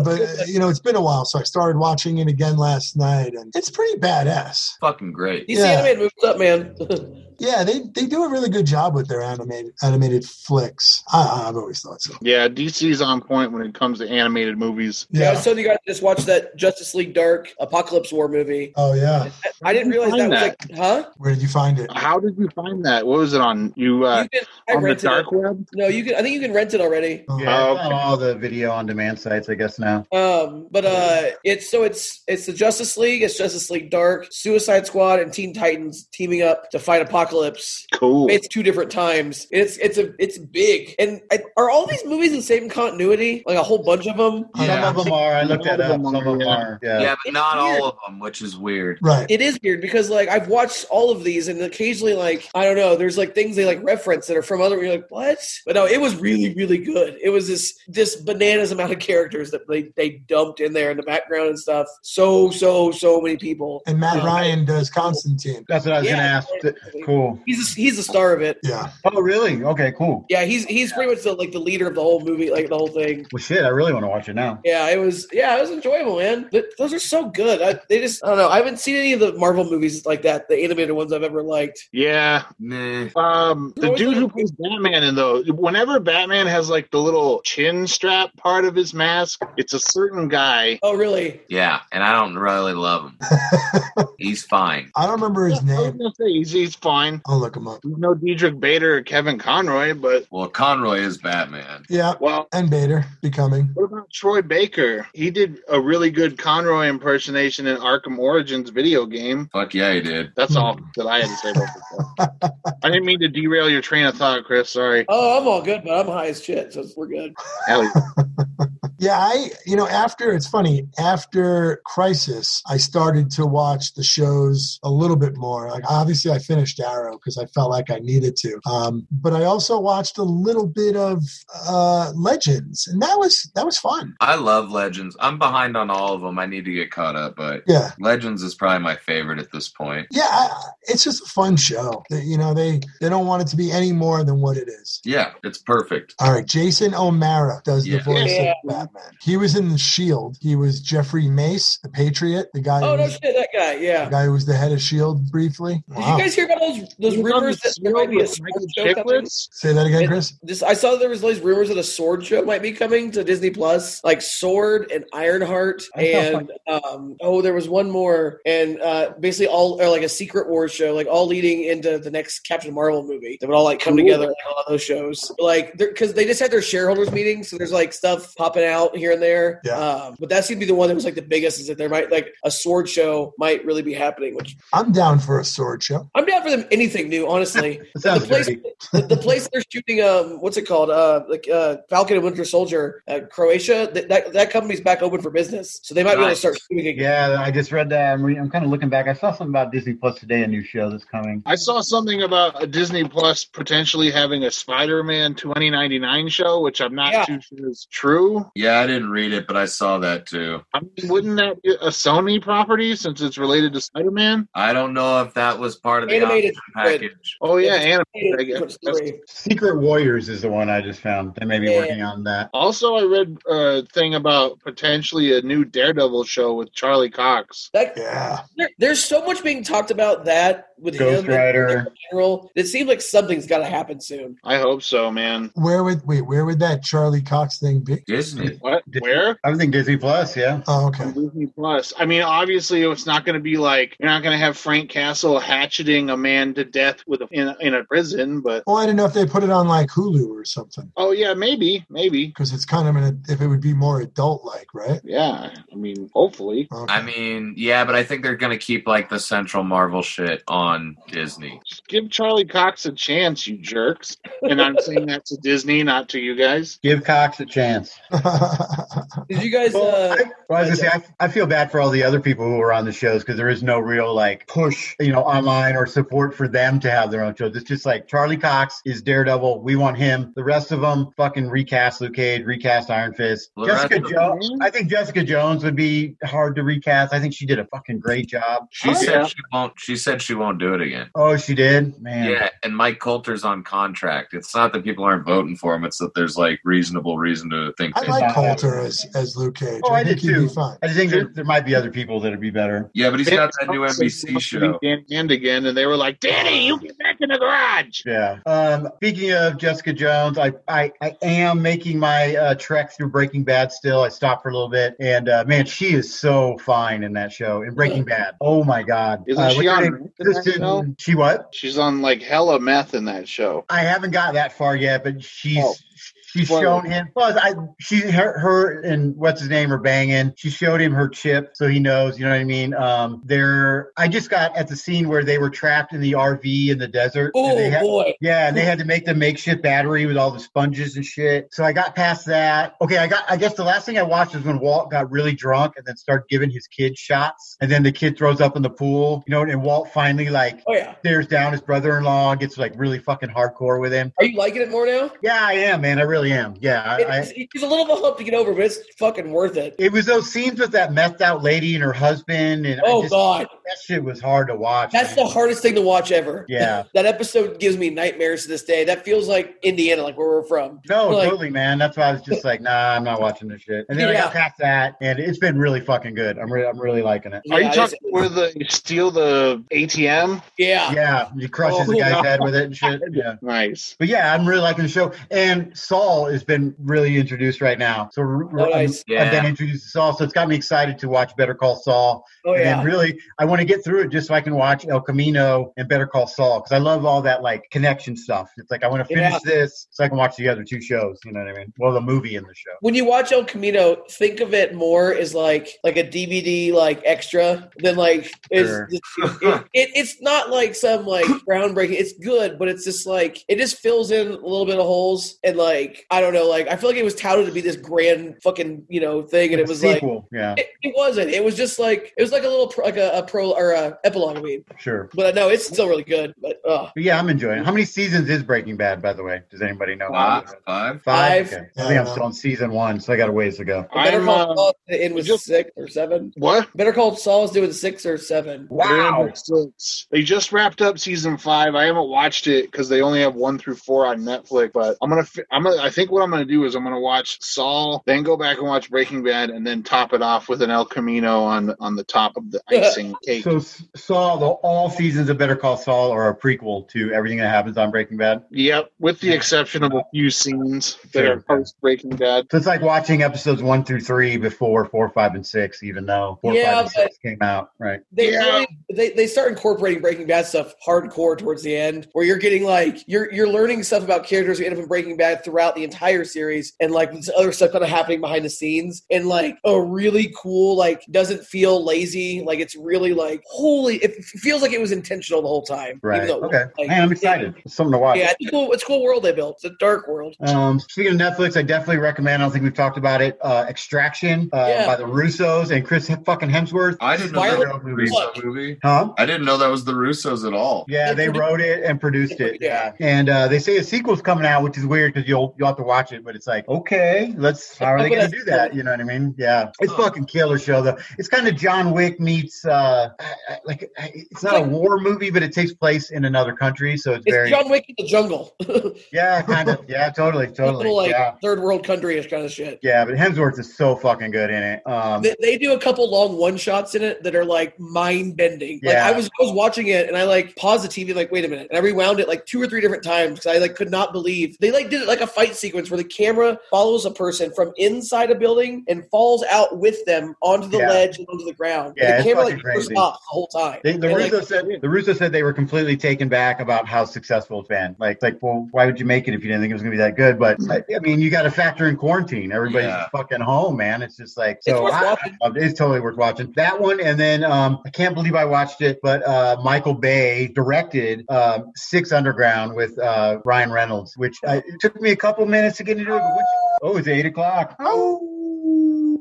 but uh, you know it's been a while, so I started watching it again last night, and it's pretty badass. Fucking great. DC Yeah. animated moves up, man. Yeah, they, they do a really good job with their animated animated flicks. I, I've always thought so. Yeah, DC's on point when it comes to animated movies. yeah. I was Yeah. telling you guys I just watched that Justice League Dark Apocalypse War movie. Oh yeah. I didn't Where realize did you that find was like, huh? Where did you find it? How did you find that? What was it on? You uh, you can, I on the rented dark it. web? No, you can. I think you can rent it already. Uh, Yeah, it's Oh, on all the video on demand sites, I guess now. Um, but uh, it's so it's it's the Justice League, it's Justice League Dark, Suicide Squad, and Teen Titans teaming up to fight Apocalypse. Cool. It's two different times. It's it's a it's big. And I, are all these movies the same continuity? Like a whole bunch of them. Yeah. Some of them are. I looked Some that of up. them Some of them are, yeah. are. Yeah. Yeah, but It's not weird. all of them, which is weird. Right. It is weird because like I've watched all of these, and occasionally like I don't know, there's like things they like reference that are from other. You're like, what? But no, it was really really good. It was this this bananas amount of characters that they they dumped in there in the background and stuff. So so so many people. And Matt Um, Ryan does Constantine. That's what I was Yeah. gonna ask. Th- Cool. cool. He's a, he's the star of it. Yeah. Oh, really? Okay, cool. Yeah, he's he's pretty much the, like the leader of the whole movie, like the whole thing. Well, shit, I really want to watch it now. Yeah, it was. Yeah, it was enjoyable, man. Th- those are so good. I, they just, I don't know. I haven't seen any of the Marvel movies like that, the animated ones I've ever liked. Yeah. Nah. Um, the Always dude like- who plays Batman in though, whenever Batman has like the little chin strap part of his mask, it's a certain guy. Oh, really? Yeah, and I don't really love him. He's fine. I don't remember his I was name. gonna say he's, he's fine. I'll look him up. There's no Diedrich Bader or Kevin Conroy, but Well, Conroy is Batman. Yeah. well, And Bader becoming. what about Troy Baker? He did a really good Conroy impersonation in Arkham Origins video game. Fuck yeah, he did. Hmm. That's all that I had to say about this. one. I didn't mean to derail your train of thought, Chris. Sorry. Oh, I'm all good, but I'm high as shit, so we're good. Ellie. Yeah, I you know after it's funny after Crisis, I started to watch the shows a little bit more. Like obviously, I finished Arrow because I felt like I needed to, um, but I also watched a little bit of uh, Legends, and that was that was fun. I love Legends. I'm behind on all of them. I need to get caught up, but Yeah, Legends is probably my favorite at this point. yeah, I, it's just a fun show. They- you know, they they don't want it to be any more than what it is. Yeah, it's perfect. All right, Jason O'Mara does Yeah. the voice Yeah. of Batman. He was in Shield. He was Jeffrey Mace, the Patriot, the guy. Oh who no, was shit, that guy. The Yeah. guy who was the head of Shield E briefly. Did you Wow. guys hear about those those He was on rumors the that there might be a Shield sword with show Michael coming? Chiklis? Say that again, Chris. This I saw there was those rumors that a sword show might be coming to Disney Plus, like Sword and Ironheart, I saw and um, oh, there was one more, and uh, basically all or like a Secret Wars show, like all leading into the next Captain Marvel movie. They would all like come Cool. together like all those shows, like because they just had their shareholders meeting, so there's like stuff popping out here and there. Yeah. Um, but that seemed to be the one that was like the biggest is that there might like a sword show might really be happening, which I'm down for a sword show. I'm down for them anything new, honestly. It sounds the place, dirty. the, the place they're shooting, um, what's it called? Uh, like uh, Falcon and Winter Soldier, uh, Croatia. That, that that company's back open for business, so they might be able to Nice. start shooting again. Yeah, I just read that. I'm, re- I'm kind of looking back. I saw something about Disney Plus today, a new show that's coming. I saw something about a Disney Plus potentially having a Spider-Man 2099 show, which I'm not Yeah. too sure is true. Yeah, I didn't read it, but I saw that too. I mean, wouldn't that be a Sony property since it's related to Spider-Man? I don't know if that was part of the Animated option package. Oh yeah, Yeah. and I Hey, guess what's the that's- story? Secret Warriors is the one I just found. They may be Yeah. working on that. also I read a thing about potentially a new Daredevil show with Charlie Cox. That, Yeah. there- there's so much being talked about that with Ghost him and Rider. in general. It seems like something's got to happen soon. I hope so, man. Where would wait? Where would that Charlie Cox thing be? Disney. What? Disney- Where? I would think Disney Plus. Yeah. Oh, okay. Disney Plus. I mean, obviously, it's not going to be like you're not going to have Frank Castle hatcheting a man to death with a, in, a- in a prison, but Well, I didn't know if they put it on like Hulu or something oh yeah, maybe, maybe. because it's kind of an if it would be more adult like, right? Yeah, I mean, hopefully. Okay. I mean, yeah, but I think they're gonna keep like the central Marvel shit on Disney. Just give Charlie Cox a chance, you jerks. And I'm saying that to Disney, not to you guys. Give Cox a chance. Did you guys? Well, Uh, I, well, I was gonna say, I, I feel bad for all the other people who were on the shows because there is no real like push, you know, online or support for them to have their own shows. It's just like Charlie Cox is Daredevil. We want him. The rest of them fucking recast Luke Cage, recast Iron Fist. Well, the Jessica rest of Jones. them- I think Jessica Jones would be hard to recast. I think she did a fucking great job. She Oh, said yeah. she won't she said she won't do it again. Oh, she did, man. Yeah, and Mike Coulter's on contract. It's not that people aren't voting for him; it's that there's like reasonable reason to think. I they- like Coulter as as Luke Cage. Oh, I think did he'd be too. fine. I just think there, there might be other people that'd be better. yeah, but he's got that new Cox said he NBC wants to show. be Dan Hand again, and they were like, Danny, you get back in the garage. Yeah. Um, speaking of Jessica Jones, I, I, I am making my uh, trek through Breaking Bad still. I stopped for a little bit, and uh, man, she is so fine in that show in Breaking Bad. Oh my God! Isn't Uh, she what's her on name? meth in that Kristen- show? She what? She's on like hella meth in that show. I haven't got that far yet, but she's Oh. she's Spoiler. shown him. Well, I she her, her and what's his name are banging. She showed him her chip, so he knows. You know what I mean? Um, they're. I just got at the scene where they were trapped in the RV in the desert. and they oh had- boy, yeah, and they had to make the makeshift battery with all the sponges and shit. So I got past that. Okay, I got. I guess the last thing I watched is when Walt got really drunk and then started giving his kid shots, and then the kid throws up in the pool. You know, and Walt finally like oh yeah. stares down his brother-in-law, and gets like really fucking hardcore with him. Are you liking it more now? Yeah, I am, man. I really am. Yeah, I. I It's, it's a little of a hump to get over, but it's fucking worth it. it was those scenes with that methed out lady and her husband, and I Oh just, god, that shit was hard to watch. That's the hardest thing to watch ever. Yeah. that episode gives me nightmares to this day. That feels like Indiana, like where we're from. No, Like, totally, man. That's why I was just like, nah, I'm not watching this shit. And then I got Yeah. past that, and it's been really fucking good. I'm really, I'm really liking it. Are you talking where the you steal the ATM? Yeah. Yeah, he crushes Oh, the guy's no. head with it and shit. Yeah. Nice. But yeah, I'm really liking the show. And Saul has been really introduced right now. So r- Oh, nice. I've- I've been Yeah. introduced to Saul. So it's got me excited to watch Better Call Saul. Oh, and yeah. then really, I want to get through it just so I can watch El Camino and Better Call Saul because I love all that like connection stuff. It's like I want to finish Yeah. this so I can watch the other two shows. You know what I mean? Well, the movie and the show. when you watch El Camino, think of it more as like like a DVD like extra than like it's Sure. just- it, it- it's not like some like groundbreaking. It's good, but it's just like it just fills in a little bit of holes and like I don't know. Like I feel like it was touted to be this grand fucking you know thing, and it was like. sequel. yeah, It, it wasn't. It was just like it was like a little pro, like a, a pro or a epilogue. I mean, sure. but uh, no, it's still really good. But uh, But yeah, I'm enjoying it. How many seasons is Breaking Bad, by the way? Does anybody know? Five, five. Five? Five. Okay. I think I'm still on season one, so I got a ways to go. Better I'm, Call uh, Saul is in with just- six or seven. what? Better Call Saul is doing six or seven. They're in six. They just wrapped up season five. I haven't watched it because they only have one through four on Netflix. But I'm gonna, fi- I'm gonna, I think what I'm gonna do is I'm gonna watch Saul, then go back and watch Breaking Bad, and then top it off with an El Camino on on the top of the icing cake. So S- Saul, the, all seasons of Better Call Saul are a prequel to everything that happens on Breaking Bad. Yep, with the exception of a few scenes that Sure. are post Breaking Bad. So it's like watching episodes one through three before four, five, and six, even though four, Yeah, five, and but- six came out, right? they Yeah. really they, they start incorporating Breaking Bad stuff hardcore towards the end, where you're getting like you're you're learning stuff about characters who end up in Breaking Bad throughout the entire series, and like this other stuff kind of happening behind the scenes, and like a really cool like doesn't feel lazy, like it's really like holy, it feels like it was intentional the whole time. Right. even though it Okay. wasn't, like, Hey, I'm excited. It's something to watch. Yeah, it's a cool. It's a cool world they built. It's a dark world. Um, speaking of Netflix, I definitely recommend. I don't think we've talked about it. Uh, Extraction uh, Yeah. by the Russos and Chris fucking Hemsworth. I didn't know Violet that was the Russo Fuck. movie. Huh? I didn't know that was the Russos at all. Yeah, They they produ- wrote it and produced it. Yeah. Yeah, and uh, they say a sequel's coming out, which is weird because you'll you'll have to watch it. But it's like, okay, let's. How are they I'm gonna- going to do that? You know what I mean? Yeah, it's fucking killer show though. It's kind of John Wick meets uh, I- I- like I- it's not a Like- war movie, but it takes place in another country, so it's, It's very John Wick in the jungle, yeah, kind of yeah, totally, totally, little like yeah, third world country ish kind of shit. yeah. But Hemsworth is so fucking good in it. Um, they, they do a couple long one shots in it that are like mind bending. Like Yeah. I was I was watching it and I like paused the TV like wait a minute and I rewound it like two or three different times because I like could not believe they like did it like a fight sequence where the camera follows a person from inside a building and falls out with them onto the Yeah. ledge and onto the ground. Yeah, and it's the camera fucking like never crazy. stops the whole time. They, the And, like, Russo said the Russo said they were completely taken back about how successful it's been. Like like well, why would you make it if you didn't think it was gonna be that good? But I, I mean, you got to factor in quarantine. Everybody's Yeah. fucking home, man. It's just like It's so. worth I- I watching. loved it. it's totally worth watching that one. And then um, I can't believe I watched it, but uh, Michael Bay directed um Six Underground with uh, Ryan Reynolds, which I, it took me a couple minutes to get into it. But once you- oh, it's eight o'clock. Oh.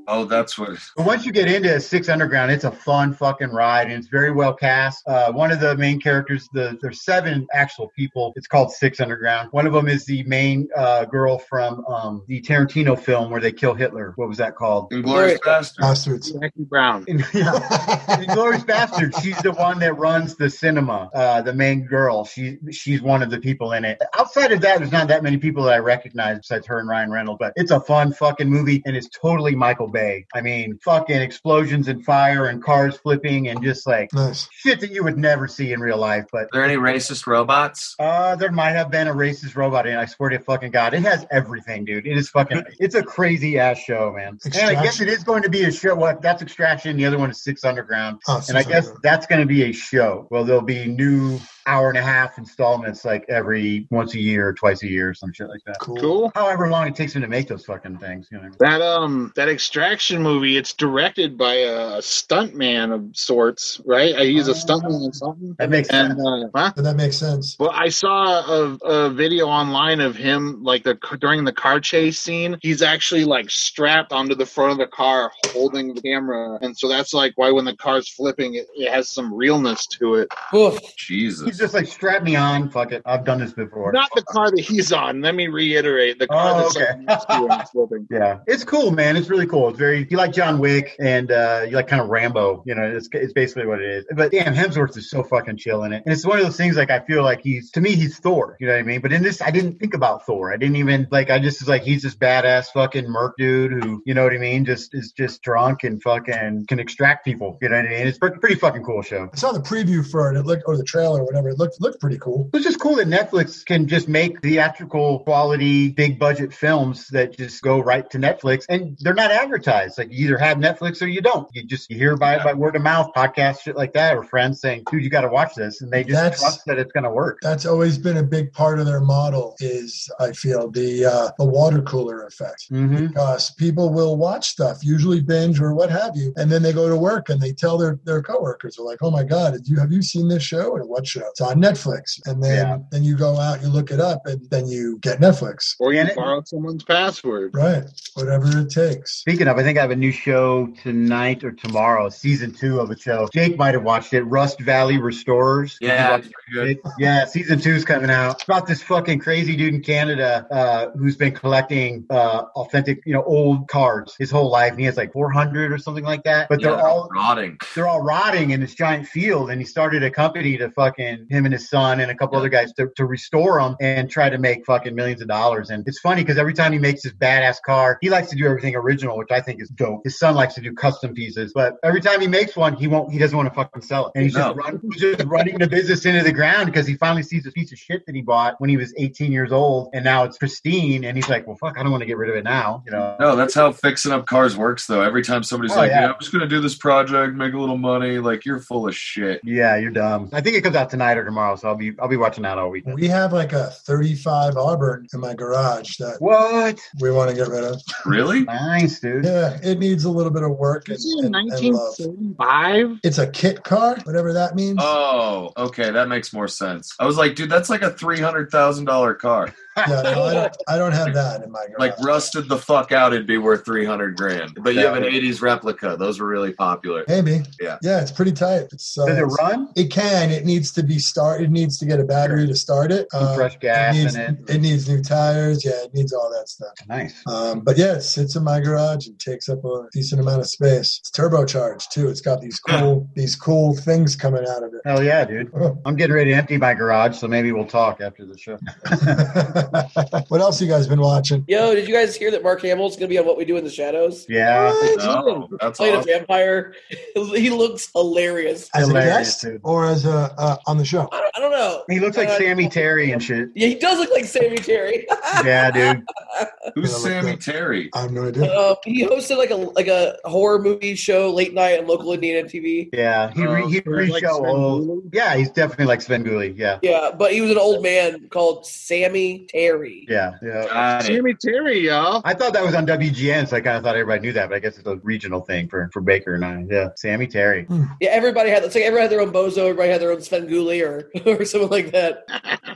Oh, that's what. But once you get into Six Underground, it's a fun fucking ride, and it's very well cast. Uh, one of the main characters, the there's seven actual people. It's called Six Underground. One of them is the main uh, girl from um, the Tarantino film where they kill Hitler. What was that called? Inglorious Right. Bastard. Bastards. Jackie Brown. In, Glorious Bastard. She's the one that runs the cinema. Uh, the main girl. She she's one of the people in it. Outside of that, there's not that many people that I recognize besides her and Ryan Reynolds. But it's a fun fucking movie, and it's totally Michael Bay. I mean, fucking explosions and fire and cars flipping and just like Nice. shit that you would never see in real life. But Are there any racist robots? uh, there might have been a racist robot in. it. I swear to fucking god, it has everything, dude. It is fucking. It's a crazy ass show, man. And I guess Extraction. it is going to be a show. What? that's Extraction. The other one is Six Underground. Oh, and I Six guess Underground. that's going to be a show. Well, there'll be new hour and a half installments, like every once a year, or twice a year, or some shit like that. Cool. Cool. However long it takes them to make those fucking things, you know. That um that extraction movie, it's directed by a stuntman of sorts, right? Uh, He's a stuntman or something. That makes And sense. uh, huh? Does that make sense? Well, I saw a, a video online of him like the during the car chase scene. He's actually like strapped onto the front of the car, holding the camera, and so that's like why when the car's flipping, it, it has some realness to it. oof. Jesus. He's just like, strap me on. Fuck it. I've done this before. Not the car that he's on. Let me reiterate the car Oh, that's okay. okay. next to him that's flipping. Yeah, it's cool, man. It's really cool. It's very you like John Wick and uh, you like kind of Rambo. You know, it's it's basically what it is. But damn, Hemsworth is so fucking chill in it, and it's one of those things. Like I feel like he's to me, he's Thor. You know what I mean? But in this, I didn't think about Thor. I didn't even like. I just was like, he's this badass fucking merc dude who, you know what I mean? Just is just drunk and fucking can extract people. You know what I mean? It's pre- pretty fucking cool show. I saw the preview for it. It looked, or the trailer, or whatever. It looked looked pretty cool. It's just cool that Netflix can just make theatrical quality, big budget films that just go right to Netflix and they're not advertised. Like you either have Netflix or you don't. You just you hear by by word of mouth, podcast shit like that, or friends saying, dude, you gotta watch this and they just That's- trust that it's gonna work. That's always been a big part of their model. Is I feel the uh, the water cooler effect. Mm-hmm. Because people will watch stuff, usually binge or what have you, and then they go to work and they tell their their coworkers, "They're like, oh my god, did you have you seen this show? And what show? It's on Netflix." And then Yeah. then you go out, you look it up, and then you get Netflix. Or And you it- borrow someone's password. Right, whatever it takes. Speaking of, I think I have a new show tonight or tomorrow, season two of a show. Jake might have watched it, Rust Valley Restorers. Did you Yeah, watch it's pretty good. It- yeah, season two's coming out. It's about this fucking crazy dude in Canada uh, who's been collecting uh, authentic, you know, old cards his whole life, and he has like 400 or something like that. But Yeah, they're all rotting. they're all rotting in this giant field, and he started a company to fucking him and his son and a couple other guys to, to restore them and try to make fucking millions of dollars. And it's funny because every time he makes this badass car, he likes to do everything original, which I think is dope. His son likes to do custom pieces, but every time he makes one, he won't. He doesn't want to fucking sell it, and he's No. just run, he's just running the business into the ground because he finally sees this piece of shit that he bought when he was 18 years old, and now it's pristine, and he's like, well, fuck, I don't want to get rid of it now, you know. No, that's how fixing up cars works, though. Every time somebody's Oh, like, yeah. yeah. I'm just going to do this project, make a little money, like, you're full of shit. Yeah, you're dumb. I think it comes out tonight or tomorrow, so I'll be I'll be watching that all weekend. We have like a 35 Auburn in my garage that What? we want to get rid of. Really? Nice, dude. Yeah, it needs a little bit of work and, Is it in and- and love. 1975? It's a kit car, whatever that means. Oh, okay. That makes more sense. I was like, dude, that's like a $300,000 car. yeah, no, I don't, I don't have that in my garage. Like, rusted the fuck out, it'd be worth 300 grand. But you have an Yeah. 80s replica. Those were really popular. Maybe. Yeah. Yeah, it's pretty tight. It's, uh, Does it it's- run? It can. It needs to be start. It needs to get a battery to start it. Some Um, fresh gas it needs, in it. It needs new tires. Yeah, it needs all that stuff. Nice. Um, but yeah, it sits in my garage and takes up a decent amount of space. It's turbocharged too. It's got these cool these cool things coming out of it. Hell yeah, dude. I'm getting ready to empty my garage, so maybe we'll talk after the show. what else you guys been watching? Yo, did you guys hear that Mark Hamill's gonna be on What We Do in the Shadows? Yeah. Oh No, Oh, that's Playing a awesome. vampire. he looks hilarious. As a Hilarious, guest dude. or as a uh, on the show? I don't, I don't know. He looks like Uh, Sammy Terry and shit. Yeah, he does look like Sammy Terry. Yeah, dude. Who's Yeah, like Sammy that. Terry? I have no idea. Uh, he hosted like a like a horror movie show late night on local Indiana TV. Yeah. He re, he Oh, re like show Sven old. Gulli? Yeah, he's definitely like Sven Gulli. Yeah. Yeah, but he was an old man called Sammy Terry. Yeah. Yeah. Got it. Sammy Terry, y'all. I thought that was on WGN, so I kind of thought everybody knew that, but I guess it's a regional thing for, for Baker and I. Yeah. Sammy Terry. Yeah, everybody had. It's like everyone had their own bozo. Everybody had their own Svengoolie or or something like that.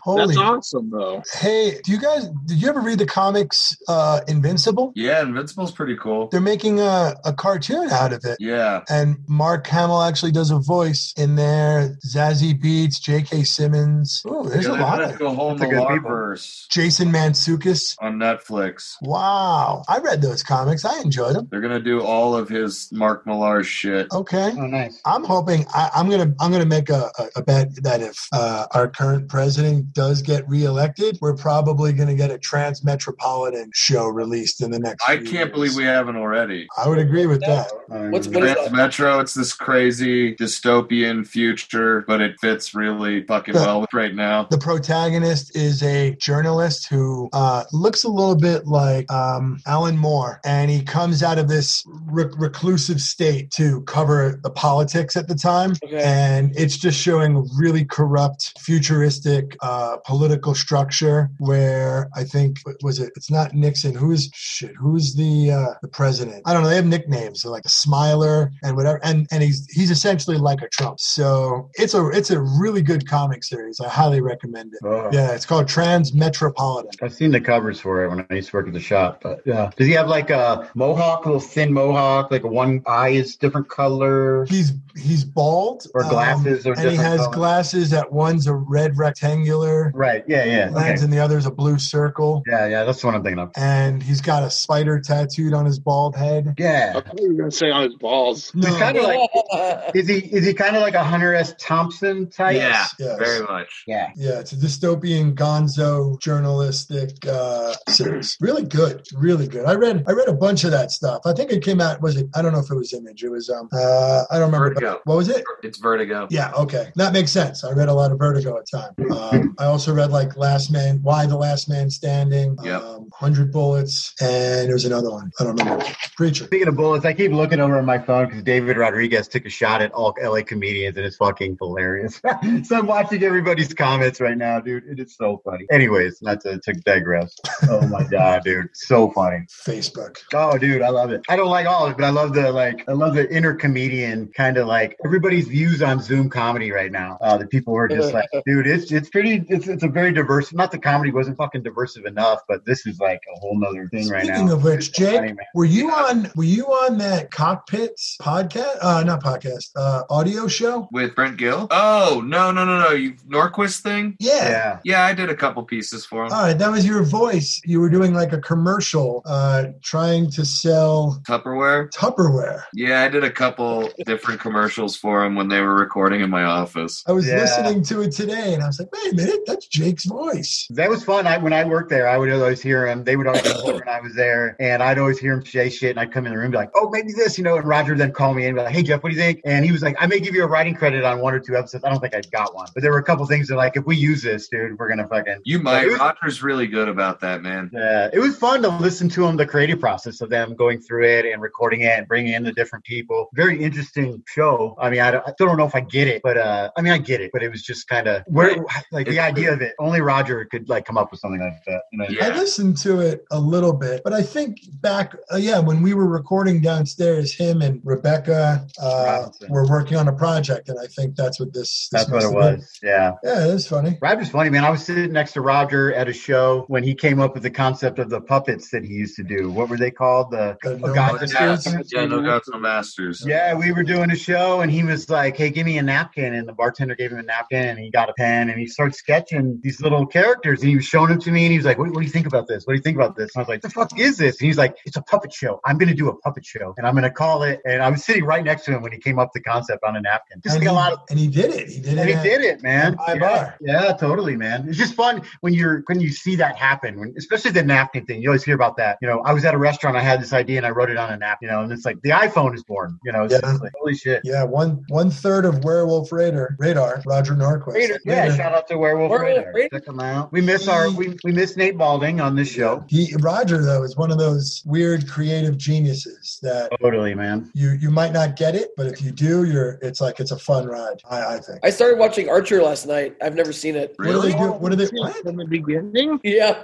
Holy. That's awesome, though. Hey, do you guys did you ever read the comics uh Invincible? Yeah, Invincible's pretty cool. They're making a, a cartoon out of it. Yeah. And Mark Hamill actually does a voice in there. Zazie Beats, J.K. Simmons. Ooh, there's yeah, a lot that's of Go Home That's a the good Larverse Jason Mansukis. on Netflix. Wow. I read those comics. I enjoyed them. They're gonna do all of his Mark Millar shit. Okay. Oh, nice. I'm hoping I, I'm gonna I'm gonna make a, a, a bet that if uh, our current president does get reelected, we're probably gonna get a trans metropolitan show released in the next. I few can't years. believe we haven't already. I would agree with that. What's what is Trans that? Metro, it's this crazy dystopian future, but it fits really fucking The- well with right now. The protagonist is a journalist who uh, looks a little bit like um, Alan Moore, and he comes out of this rec- reclusive state to cover the politics at the time. Okay. And it's just showing really corrupt, futuristic uh, uh, political structure where I think what was it? It's not Nixon. Who's shit? Who's the uh, the president? I don't know. They have nicknames so like the Smiler and whatever. And and he's he's essentially like a Trump. So it's a it's a really good comic series. I highly recommend it. Oh. Yeah, it's called Trans Metropolitan. I've seen the covers for it when I used to work at the shop. But yeah, does he have like a mohawk, a little thin mohawk, like one eye is different color? He's he's bald um, Or glasses are and he different has colors. glasses that one's a red rectangular Right. Yeah. Yeah. lens Okay. and the other's a blue circle. Yeah. Yeah. That's what I'm thinking of. And he's got a spider tattooed on his bald head. Yeah. I thought you were gonna say on his balls. He's kind of like yeah, is he is he kind of like a Hunter S. Thompson type? Yeah, yes. very much. Yeah. Yeah, it's a dystopian gonzo journalistic uh, series. Really good, really good. I read I read a bunch of that stuff. I think it came out was it I don't know if it was Image. It was um uh, I don't remember. Vertigo. What was it? It's Vertigo. Yeah, okay, that makes sense. I read a lot of Vertigo at time. Um, I also read like Last Man, Why the Last Man Standing, Yep. um, Hundred Bullets, and there was another one. I don't remember. Preacher. Speaking of bullets, I keep looking over at my phone because David Rodriguez took a shot at all LA comedians, and it's fucking hilarious. so I'm watching everybody's comments right now, dude. It is so funny. Anyways, not to, to digress. Oh my god, dude, so funny. Facebook. Oh, dude, I love it. I don't like all of it, but I love the like, I love the inner comedian kind of like everybody's views on Zoom comedy right now. Uh, the people who are just like, dude, it's it's pretty, it's it's a very diverse. Not the comedy wasn't fucking diverse enough, but this is like a whole nother thing right now. Speaking of which, It's so Jake, funny, man. were you on? Were you on that cockpits podcast? Uh, not podcast. Uh, audio show. With Brent Gill? Oh, no, no, no, no. You Norquist thing? Yeah. yeah, Yeah, I did a couple pieces for him. All right, that was your voice. You were doing like a commercial, uh, trying to sell Tupperware? Tupperware. Yeah, I did a couple different commercials for him when they were recording in my office. I was Yeah. listening to it today, and I was like, "Wait a minute, that's Jake's voice." that was fun. I when I worked there, I would always hear him. They would always come over when I was there, and I'd always hear him say shit. And I'd come in the room, and be like, "Oh, maybe this," you know. And Roger would then call me and be like, "Hey, Jeff, what do you think?" And he was like, "I may give you a writing credit on one or two episodes. I don't think I got one, but there were a couple things that like, if we use this, dude, we're gonna fucking." You might. It was- Roger's really good about that, man. Yeah, it was fun to listen to them, the creative process of them going through it and recording it and bringing in the different people. Very interesting show. I mean, I, don't- I still don't know if I get it, but uh, I mean, I get it, but it was just kind of where, like, the idea of it. Only Roger could like come up with something like that. You know? Yeah. I listened to it a little bit, but I think back, uh, yeah, when we were recording downstairs, him and Rebecca uh, Robinson. were working on a project, and I think that's what this. this That's what it must have been. was. Yeah. Yeah, it was funny. Roger's funny, man. I was sitting next to Roger at a show when he came up with the concept of the puppets that he used to do. What were they called? The The oh, God, Yeah, Masters? yeah, no gods, no masters. Yeah, we were doing a show and he was like, Hey, give me a napkin. And the bartender gave him a napkin and he got a pen and he started sketching these little characters. And he was showing them to me and he was like, What, what do you think about this? What do you think about this? And I was like, The fuck is this? And he's like, It's a puppet show. I'm going to do a puppet show and I'm going to call it. And I was sitting right next to him when he came up with the concept on a napkin. Just and, like he, a lot of and he did it. He did and it. he at- did it, man. High yeah, bar. yeah, totally, man. It's just fun when you're when you see that happen, when, especially the napkin thing. You always hear about that. You know, I was at a restaurant, I had this idea, and I wrote it on a napkin. You know, and it's like the iPhone is born. You know, it's Yeah. just like holy shit. Yeah, one one third of Werewolf Radar, Radar, Roger Norquist. Raider, yeah, Radar. shout out to Werewolf Werewolf Raider. Raider. Check them out. We miss our we, we miss Nate Balding on this show. He Roger though is one of those weird creative geniuses that Totally, man. you you might not get it, but if you do, you're it's like it's a fun ride. I, I think. I started watching Archer last night. I've never seen it. What do Really? they do? What do they? What? From the beginning? Yeah.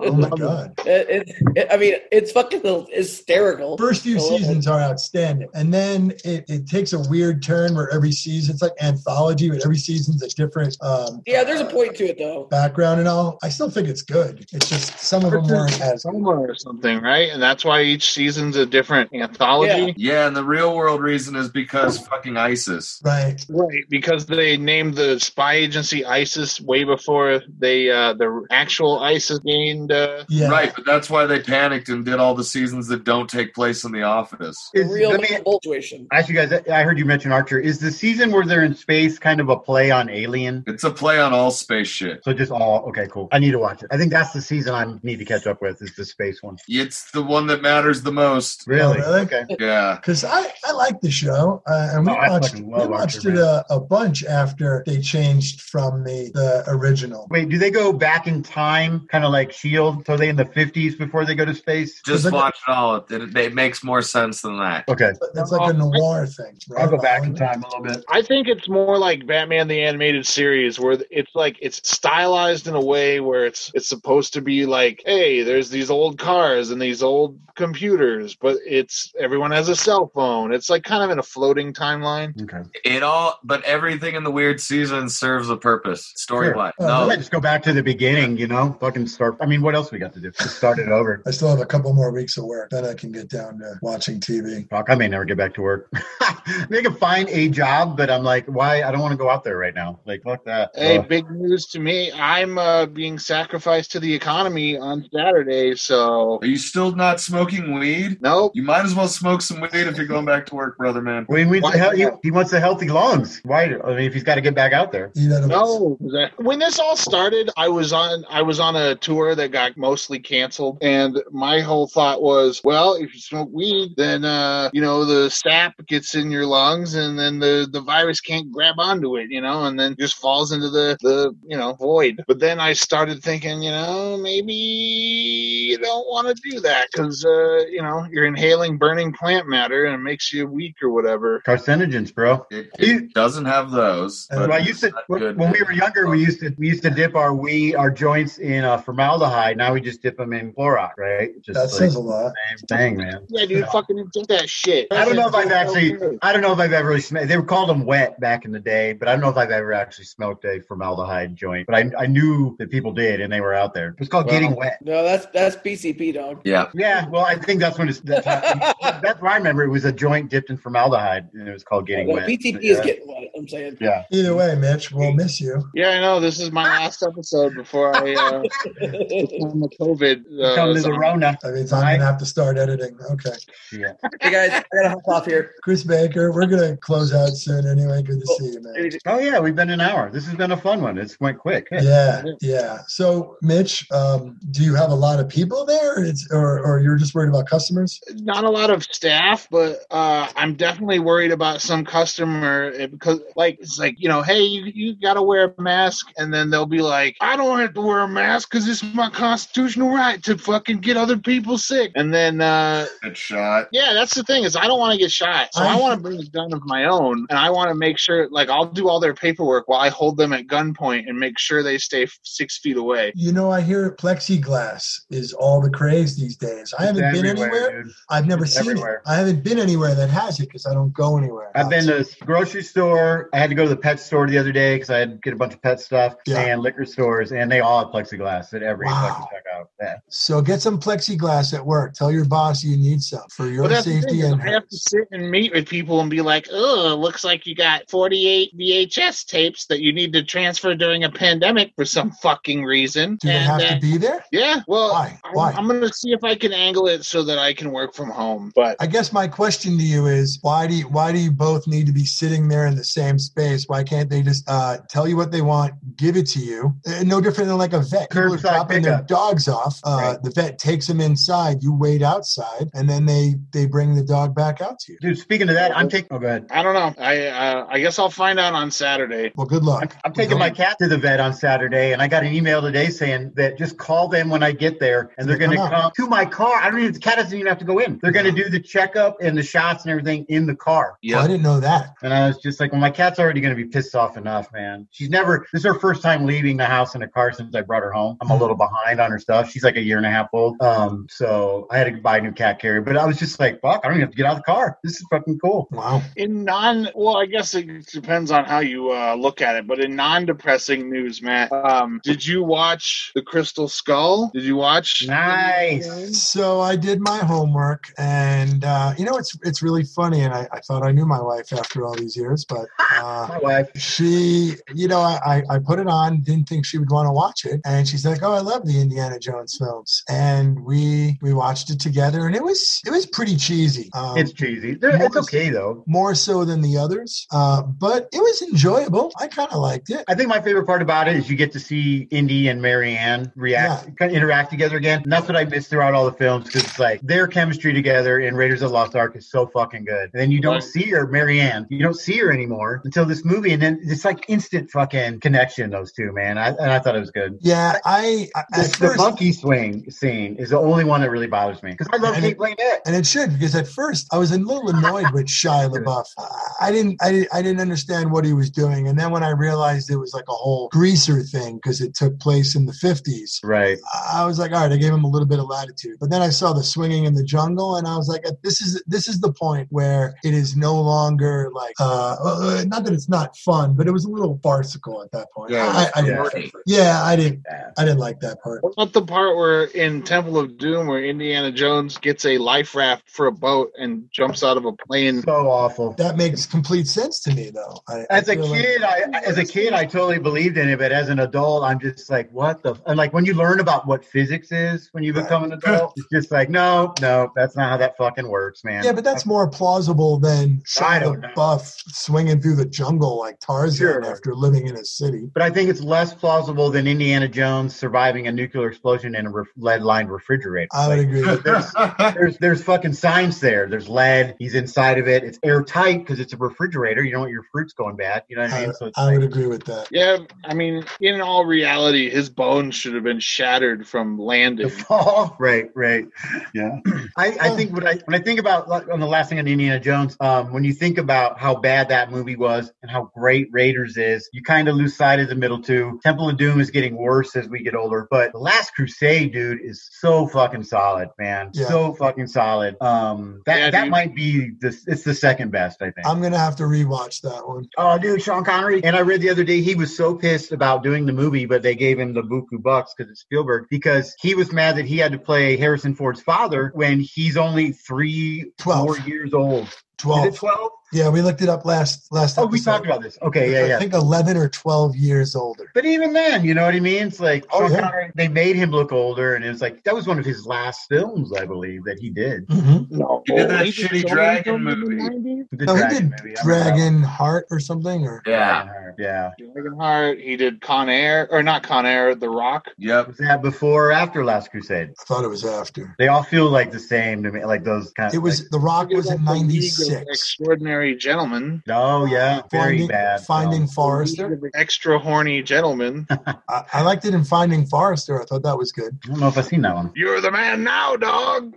Oh my god! It- it- it- I mean, it's fucking hysterical. First few I love it. seasons are outstanding, and then it, it takes a weird turn where every season it's like anthology, but every season's a different. Um, Yeah, there's a uh, point to it though. Background and all. I still think it's good. It's just some of them weren't as. Summer or something, right? And that's why each season's a different anthology. Yeah, and the real world reason is because fucking ISIS. Right. Right, because they named the spy agency ISIS way before they uh, the actual ISIS gained. Uh, Yeah. Right, but that's why they panicked and did all the seasons that don't take place in the office. The Is- real let me situation. ask you guys. I heard you mention Archer. Is the season where they're in space kind of a play on Alien? It's a play on all space shit. So just all okay, cool. I need to watch it. I think that's the season I need to catch up with is the space one. It's the one that matters the most. Really? Oh, really? Okay. Yeah. Because I, I like the show, uh, and we Oh, I watched fucking we love watched Archer, it uh, man. a, a bunch after they changed from the, the original. Wait, do they go back in time, kind of like Shield? E So are they in the fifties before they go to space? Just Is it- watch it all. It, it makes more sense than that. Okay, It's like a noir thing. Right? I'll go back in time a little bit. I think it's more like Batman the Animated Series, where it's like like it's stylized in a way where it's it's supposed to be like, hey, there's these old cars and these old computers, but it's everyone has a cell phone. It's like kind of in a floating timeline. Okay. It all, but everything in the weird season serves a purpose story wise. Uh, Oh. No, let's just go back to the beginning, you know? Fucking start. I mean, what else we got to do? Just start it over. I still have a couple more weeks of work. Then I can get down to watching TV. Fuck, I may never get back to work. I mean, I can find a job, but I'm like, why? I don't want to go out there right now. Like, fuck that. Hey, Uh, big news to me. I'm uh, being sacrificed to the economy on Saturday, so are you still not smoking weed? nope. You might as well smoke some weed if you're going back to work, brother man. I mean, we, Why- he, he wants the healthy lungs. Why? I mean, if he's got to get back out there. Eat edibles. No, when this all started, I was on I was on a tour that got mostly canceled, and my whole thought was, well, if you smoke weed, then uh, you know the sap gets in your lungs, and then the the virus can't grab onto it, you know, and then just falls into the the you know void. But then I started thinking, you know, maybe you don't want to do that because uh, you know you're inhaling burning plant matter and it makes you weak or whatever. Carcinogens, bro. It, You- it doesn't have those. And but Well, I used to it's not when good. when we were younger. We used to we used to dip our we our joints in uh, formaldehyde. Now we just dip them in Clorox, right? Just That like says a lot. same thing, man. Yeah, dude, fucking inject that shit. I don't know if I've actually. Okay. I don't know if I've ever really smelled. They were called them wet back in the day, but I don't know if I've ever actually smoked a formaldehyde joint. But I, I knew that people did, and they were out there. It was called Well- getting wet. No, that's that's BCP, dog. Yeah. Yeah, well, I think that's when it's. That's, how- that's what I remember. It was a joint dipped in formaldehyde, and it was called getting No, wet. BCP yeah. is getting wet. I'm saying. Yeah, Either way, Mitch, we'll miss you. Yeah, I know. This is my last episode before I uh, become the COVID. Uh, come to the zombie. Rona. That means I'm gonna have to start editing. Okay, Yeah. Hey guys, I gotta hop off here. Chris Baker, we're gonna close out soon anyway. Good to see you, man. Oh yeah, we've been an hour. This has been a fun one. It's went quick. Yeah, yeah. So, Mitch, um, do you have a lot of people there, or it's, or, or you're just worried about customers? Not a lot of staff, but uh, I'm definitely worried about some customer uh, because, like, it's like you know, hey, you, you got to wear a mask, and then they'll be like, I don't have to wear a mask because it's my constitutional right to fucking get other people sick, and then uh, Good shot. Yeah, that's the thing is I don't want to get shot, so I, I- want to bring a gun of my own, and I want to make sure like I'll do all their paperwork while I hold them at gunpoint and make sure they stay f- six feet away. You know, I hear plexiglass is all the craze these days. I haven't been anywhere. dude. I've never It's seen everywhere. it. I haven't been anywhere that has it because I don't go anywhere. I've been to the grocery store. I had to go to the pet store the other day because I had to get a bunch of pet stuff Yeah. and liquor stores, and they all have plexiglass at every Wow. fucking checkout. Yeah. so get some plexiglass at work. Tell your boss you need some for your But that's the safety thing, is and I have to hers. sit and meet with people and be like, "Oh, looks like you got 48 VHS tapes that you need to transfer during a pandemic for some fucking reason." Do they And, have uh, to be there? yeah, well, Why? I'm- Why? I'm, gonna see if I can angle it so that I can work from home. But I guess my question to you is why do you, why do you both need to be sitting there in the same space? Why can't they just uh, tell you what they want, give it to you? Uh, No different than like a vet. People are Curbside dropping their pickup. dogs off. Uh, Right. The vet takes them inside. You wait outside, and then they they bring the dog back out to you. Dude, speaking of that, I'm taking. Oh, go ahead. I don't know. I uh, I guess I'll find out on Saturday. Well, good luck. I'm taking my cat to the vet on Saturday, and I got an email today saying that just call them when I get there, and they're They going to come out. come to my car. I don't even. The cat doesn't even have to go in. They're going to do the checkup and the shots and everything in the car. Well, oh, I Yeah. didn't know that. And I was just like, well, my cat's already going to be pissed off enough, man. She's never, this is her first time leaving the house in a car since I brought her home. I'm a little behind on her stuff. She's like a year and a half old. Um, so I had to buy a new cat carrier, but I was just like, fuck, I don't even have to get out of the car. This is fucking cool. Wow. In non, well, I guess it depends on how you uh, look at it. But in non-depressing news, Matt, um, did you watch the Crystal Skull? Did you watch? Nice. So I did my homework, and uh, you know it's it's really funny. And I, I thought I knew my wife after all these years, but uh, My wife. she, you know, I, I I put it on, didn't think she would want to watch it. And she's like, Oh, I love the Indiana Jones films. And we we watched it together and it was it was pretty cheesy. Um, It's cheesy. They're- It's okay, though. more so than the others. Uh, but it was enjoyable. I kinda liked it. I think my favorite part about it is you get to see Indy and Marianne react, kind of interact together again. And that's what I miss throughout all the films because it's like their chemistry together in Raiders of the Lost Ark is so fucking good. And then you don't Right. see her, Marianne, you don't see her anymore until this movie. And then it's like instant fucking connection, those two, man. I, and I thought it was good. Yeah, I, I The, at the first monkey T swing scene is the only one that really bothers me because I love And Kate it- Blanchett. And it should because at first I was a little annoyed with Shia LaBeouf. I- I didn't, I didn't, I didn't understand what he was doing, and then when I realized it was like a whole greaser thing because it took place in the fifties, Right. I was like, all right, I gave him a little bit of latitude. But then I saw the swinging in the jungle, and I was like, uh, this is this is the point where it is no longer like, uh, uh, not that it's not fun, but it was a little farcical at that point. I, I, yeah. yeah. yeah, I didn't, I didn't like that part. What's not the part where in Temple of Doom where Indiana Jones gets a life raft for a boat and jumps out of a plane? So awful. That makes complete sense to me, though. I, As I a feel like- kid, I as a kid, I totally believed in it, but as an adult, I'm just like, what the? f-" And like when you learn about what physics is when you become an adult, it's just like, no, no, that's not how that fucking works, man. Yeah, but that's more plausible than I Shia don't know. LaBeouf swinging through the jungle like Tarzan Sure. after living in a city. But I think it's less plausible than Indiana Jones surviving a nuclear explosion in a ref- lead-lined refrigerator. I would Like, agree. with that. there's, there's there's fucking science there. There's lead. He's inside of it. It's airtight because it's a refrigerator. You don't want your fruits going bad. You know what I I, mean? So it's I would like, agree with that. Yeah, I mean, in all reality, his bones should have been shattered from the landing. fall. Right, right. Yeah. I, I think when I when I think about like, on the last thing on Indiana Jones, um, when you think about how bad that movie was and how great Raiders is, you kind of lose sight of the middle two. Temple of Doom is getting worse as we get older, but The Last Crusade, dude, is so fucking solid, man. Yeah. So fucking solid. Um, that Yeah, that dude. might be the it's the second best, I think. I'm gonna have to rewatch that one. Oh, dude, Sean Connery. And I read the other day he was so pissed about doing the movie, but they gave him the buku bucks because it's Spielberg because he was mad that he had to play Harrison Ford's father when he's only three, Twelve. four years old. Is Twelve. it twelve? Yeah, we looked it up last last. Oh, we episode. talked about this. Okay, yeah, I yeah. think eleven or twelve years older. But even then, you know what I mean? It's like Oh, Sean yeah. Connery. They made him look older, and it was like that was one of his last films, I believe, that he did. Mm-hmm. No, He did that just shitty sold dragon him in the movie. 90s. The No, he did movie. I remember that Dragon Heart or something, or Yeah. one. yeah. Dragonheart. He did Con Air, or not Con Air, The Rock. Yep. Was that before or after Last Crusade? I thought it was after. They all feel like the same to me, like those kind of. It was The Rock was in The League of '96. Extraordinary gentlemen. Oh yeah, very Finding, bad. Finding film. Forrester. League of Extra horny gentlemen. I, I liked it in Finding Forrester. I thought that was good. I don't know if I've seen that one. You're the man now, dog.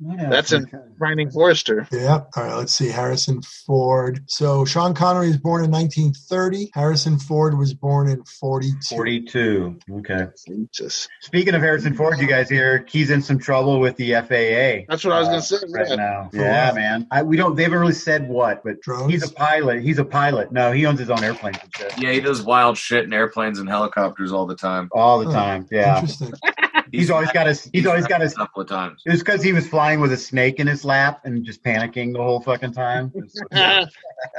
Yeah, That's in Finding Forrester. Yeah. All right. Let's see. Harrison Ford. So Sean Connery was born in 1930. Harrison Ford was born in 42. Forty-two. Okay. Jesus. Speaking of Harrison Ford, you guys hear he's in some trouble with the FAA. That's what I was uh, gonna say. Right yeah. now, For yeah, what? man. I, we don't. They haven't really said what, but Drones? he's a pilot. He's a pilot. No, he owns his own airplanes and shit Yeah, he does wild shit in airplanes and helicopters all the time. all the Huh. time. Yeah, Interesting. he's always got his. He's always got his. a couple of times. It was because he was flying with a snake in his lap and just panicking the whole fucking time. Uh,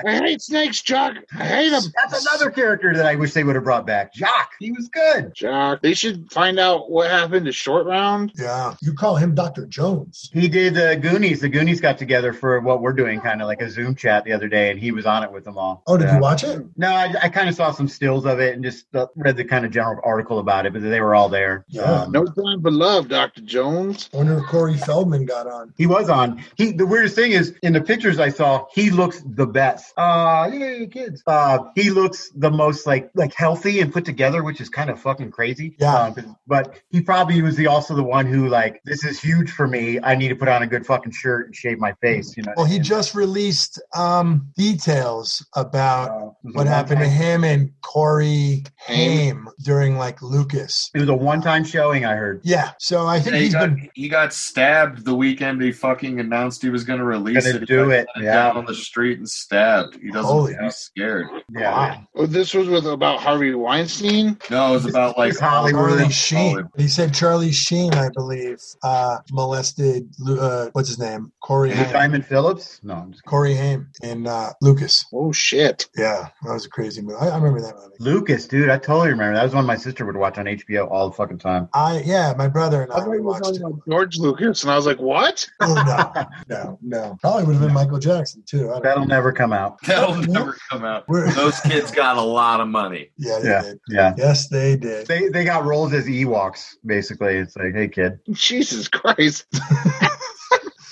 I hate snakes, Jock. I hate them. That's another character that I wish they would have brought back. Jock, he was good. Jock. They should find out what happened to Short Round. Yeah. You call him Dr. Jones. He did the Goonies. The Goonies got together for what we're doing, kind of like a Zoom chat the other day, and he was on it with them all. Oh, did Yeah. you watch it? No, I, I kind of saw some stills of it and just uh, read the kind of general article about it, but they were all there. Um, Yeah. No time for love, Doctor Jones. I wonder if Corey Feldman got on. He was on. He the weirdest thing is in the pictures I saw, he looks the best. Uh yay, kids. Uh he looks the most like like healthy and put together, which is kind of fucking crazy. Yeah. Um, but he probably was the also the one who like this is huge for me. I need to put on a good fucking shirt and shave my face, you know. Well, he just released um, details about Uh, what happened to him and Corey Haim during like Lucas. It was a one-time showing, I heard. Yeah. So I think Yeah, he, he's got, been. he got stabbed the weekend he fucking announced he was going to release Gonna it. do He it, got yeah. Down on the street and stabbed. He doesn't Holy- be scared. Yeah. Oh, this was with about Harvey Weinstein. No, it was about like It's Hollywood. Charlie Hollywood. Sheen. He said Charlie Sheen, I believe, uh, molested. Lu- Uh, what's his name? Corey. Is it Haim. Diamond Phillips? No, I'm just Corey Haim and uh, Lucas. Oh shit! Yeah, that was a crazy movie. I, I remember that movie. Lucas, dude, I totally remember. That was one my sister would watch on HBO all the fucking time. I yeah, my brother and I I thought you were watched talking it. about George Lucas, and I was like, "What?" Oh no, no, no. Probably would have been Michael Jackson too. I don't That'll know. never come out. That'll What? never come out. Where- Those kids got a lot of money. Yeah, they Yeah, did. yeah. Yes, they did. They they got roles as Ewoks, basically. It's like, hey kid, Jesus Christ!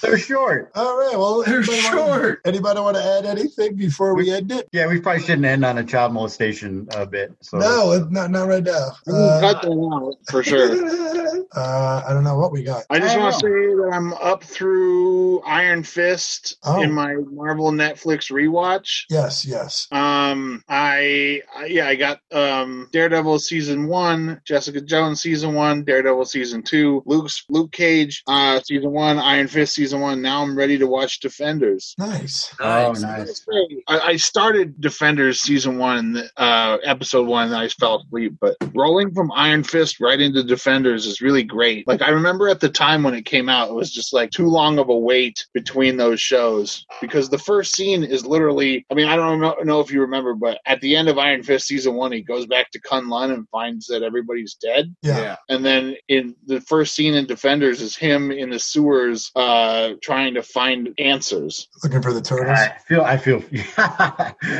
They're short. All right. Well, They're anybody wanna- short. anybody want to add anything before we end it? Yeah, we probably shouldn't end on a child molestation uh, bit. So No, it- not not right now. We can cut that out for sure. Uh, I don't know what we got. I just I want to know. say that I'm up through Iron Fist Oh. in my Marvel Netflix rewatch. Yes, yes. Um, I, I yeah, I got um Daredevil season one, Jessica Jones season one, Daredevil season two, Luke's Luke Cage uh season one, Iron Fist season one. Now I'm ready to watch Defenders. Nice. Oh, Nice. nice. I, I started Defenders season one, and uh, episode one, and I just fell asleep. But rolling from Iron Fist right into Defenders is really great. Like I remember at the time when it came out, it was just like too long of a wait between those shows because the first scene is literally. I mean, I don't know, know if you remember, but at the end of Iron Fist season one, he goes back to Kun Lun and finds that everybody's dead. Yeah. And then in the first scene in Defenders is him in the sewers uh, trying to find answers. Looking for the turtles. I feel. I feel.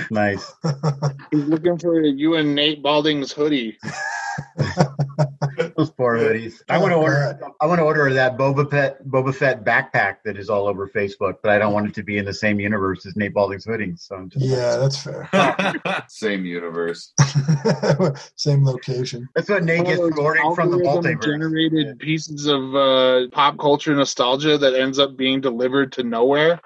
nice. He's looking for you and Nate Balding's hoodie. Those poor hoodies. I want to Oh, order. I want to order that Boba Fett Boba Fett backpack that is all over Facebook, but I don't want it to be in the same universe as Nate Balding's hoodies. So I'm just like, Yeah, that's fair. Same universe. Same location. that's what Nate gets One from of those ordering from the algorithm multiverse. Generated pieces of uh, pop culture nostalgia that ends up being delivered to nowhere.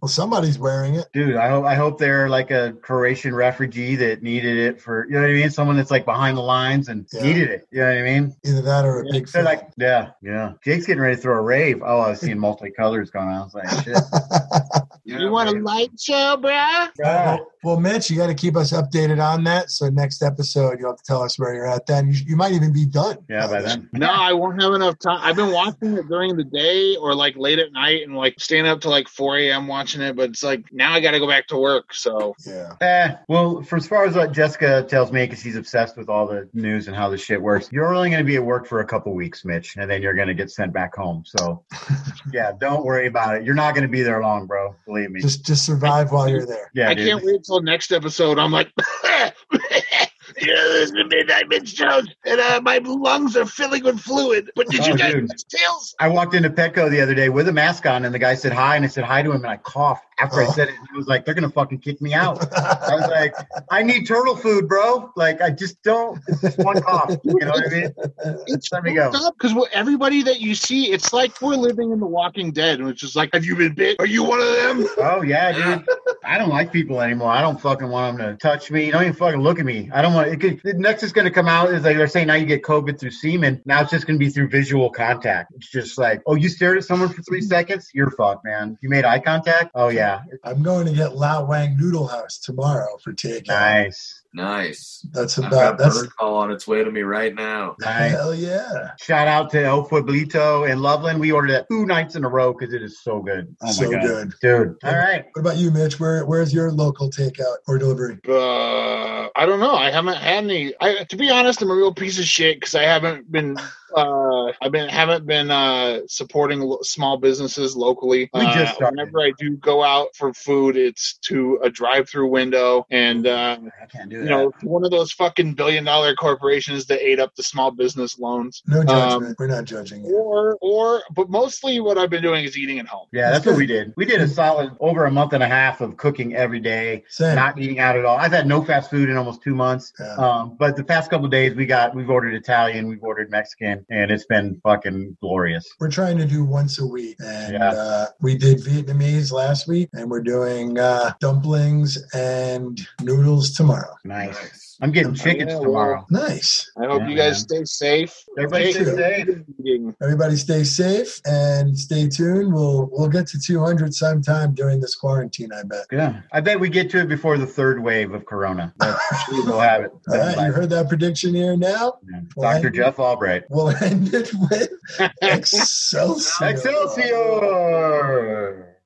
well, somebody's wearing it. Dude, I hope I hope they're like a Croatian refugee that needed it for you know what I mean. Someone that's like behind the lines and Yeah. needed it. You know what I mean? Either that or a big fan. They're like, yeah, yeah. Jake's getting ready to throw a rave. Oh, I was seeing multicolors going on. I was like, shit. Yeah, you want a man. light show, bruh? God. Well, Mitch, you got to keep us updated on that. So next episode, you'll have to tell us where you're at. Then you, you might even be done. Yeah, by then. No, I won't have enough time. I've been watching it during the day or like late at night and like staying up to like 4 a.m. watching it, but it's like now I got to go back to work. So Yeah. Eh, well, for as far as what Jessica tells me, because she's obsessed with all the news and how this shit works, you're only going to be at work for a couple weeks, Mitch, and then you're going to get sent back home. So, yeah, don't worry about it. You're not going to be there long, bro. Believe me. Just just survive while you're there. yeah, I dude. can't wait till next episode. I'm like, you know, this is Midnight Mitch Jones, and uh, my lungs are filling with fluid. But did Oh, you guys dude. catch tails? I walked into Petco the other day with a mask on, and the guy said hi, and I said hi to him, and I coughed after Oh. I said it. And I was like, they're going to fucking kick me out. I was like, I need turtle food, bro. Like, I just don't. It's just one cough. You know what I mean? It's Let me go. because everybody that you see, it's like we're living in The Walking Dead, which is like, have you been bit? Are you one of them? Oh yeah, dude. I don't like people anymore. I don't fucking want them to touch me. Don't even fucking look at me. I don't want. It could, the next is going to come out is like they're saying now you get COVID through semen. Now it's just going to be through visual contact. It's just like, oh, you stared at someone for three seconds. You're fucked, man. You made eye contact. Oh yeah, I'm going to get Lao Wang Noodle House tomorrow for takeout. nice, Nice. That's I've got about that's bird call on its way to me right now. nice. hell yeah. Shout out to El Pueblito and Loveland. We ordered that two nights in a row because it is so good. Oh my So God. good. dude. All right. What about you, Mitch? Where where's your local takeout or delivery? Uh, I don't know. I haven't had any. I, to be honest, I'm a real piece of shit because I haven't been. Uh, I've been haven't been uh, supporting lo- small businesses locally. We just Uh, started. whenever I do go out for food, it's to a drive-through window, and uh, I can't do you that. know, one of those fucking billion-dollar corporations that ate up the small business loans. No judgment. Um, We're not judging you. Or, or, but mostly what I've been doing is eating at home. Yeah, That's that's what we did. We did a solid over a month and a half of cooking every day, Same. not eating out at all. I've had no fast food in almost two months. Yeah. Um, but the past couple of days, we got we've ordered Italian, we've ordered Mexican, and it's been fucking glorious. we're trying to do once a week, and Yeah. uh, we did Vietnamese last week, and we're doing uh, dumplings and noodles tomorrow. Nice. Nice. I'm getting chickens Yeah, well- tomorrow. Nice. I hope Yeah, you guys stay safe. Everybody Take stay care. safe. Eating. Everybody, stay safe and stay tuned. We'll we'll get to 200 sometime during this quarantine. I bet. Yeah, I bet we get to it before the third wave of Corona. That's- we'll have it. All right, you Like, heard that prediction here now. yeah. Well, Dr. Jeff Albright. We'll end it with Excelsior. Excelsior!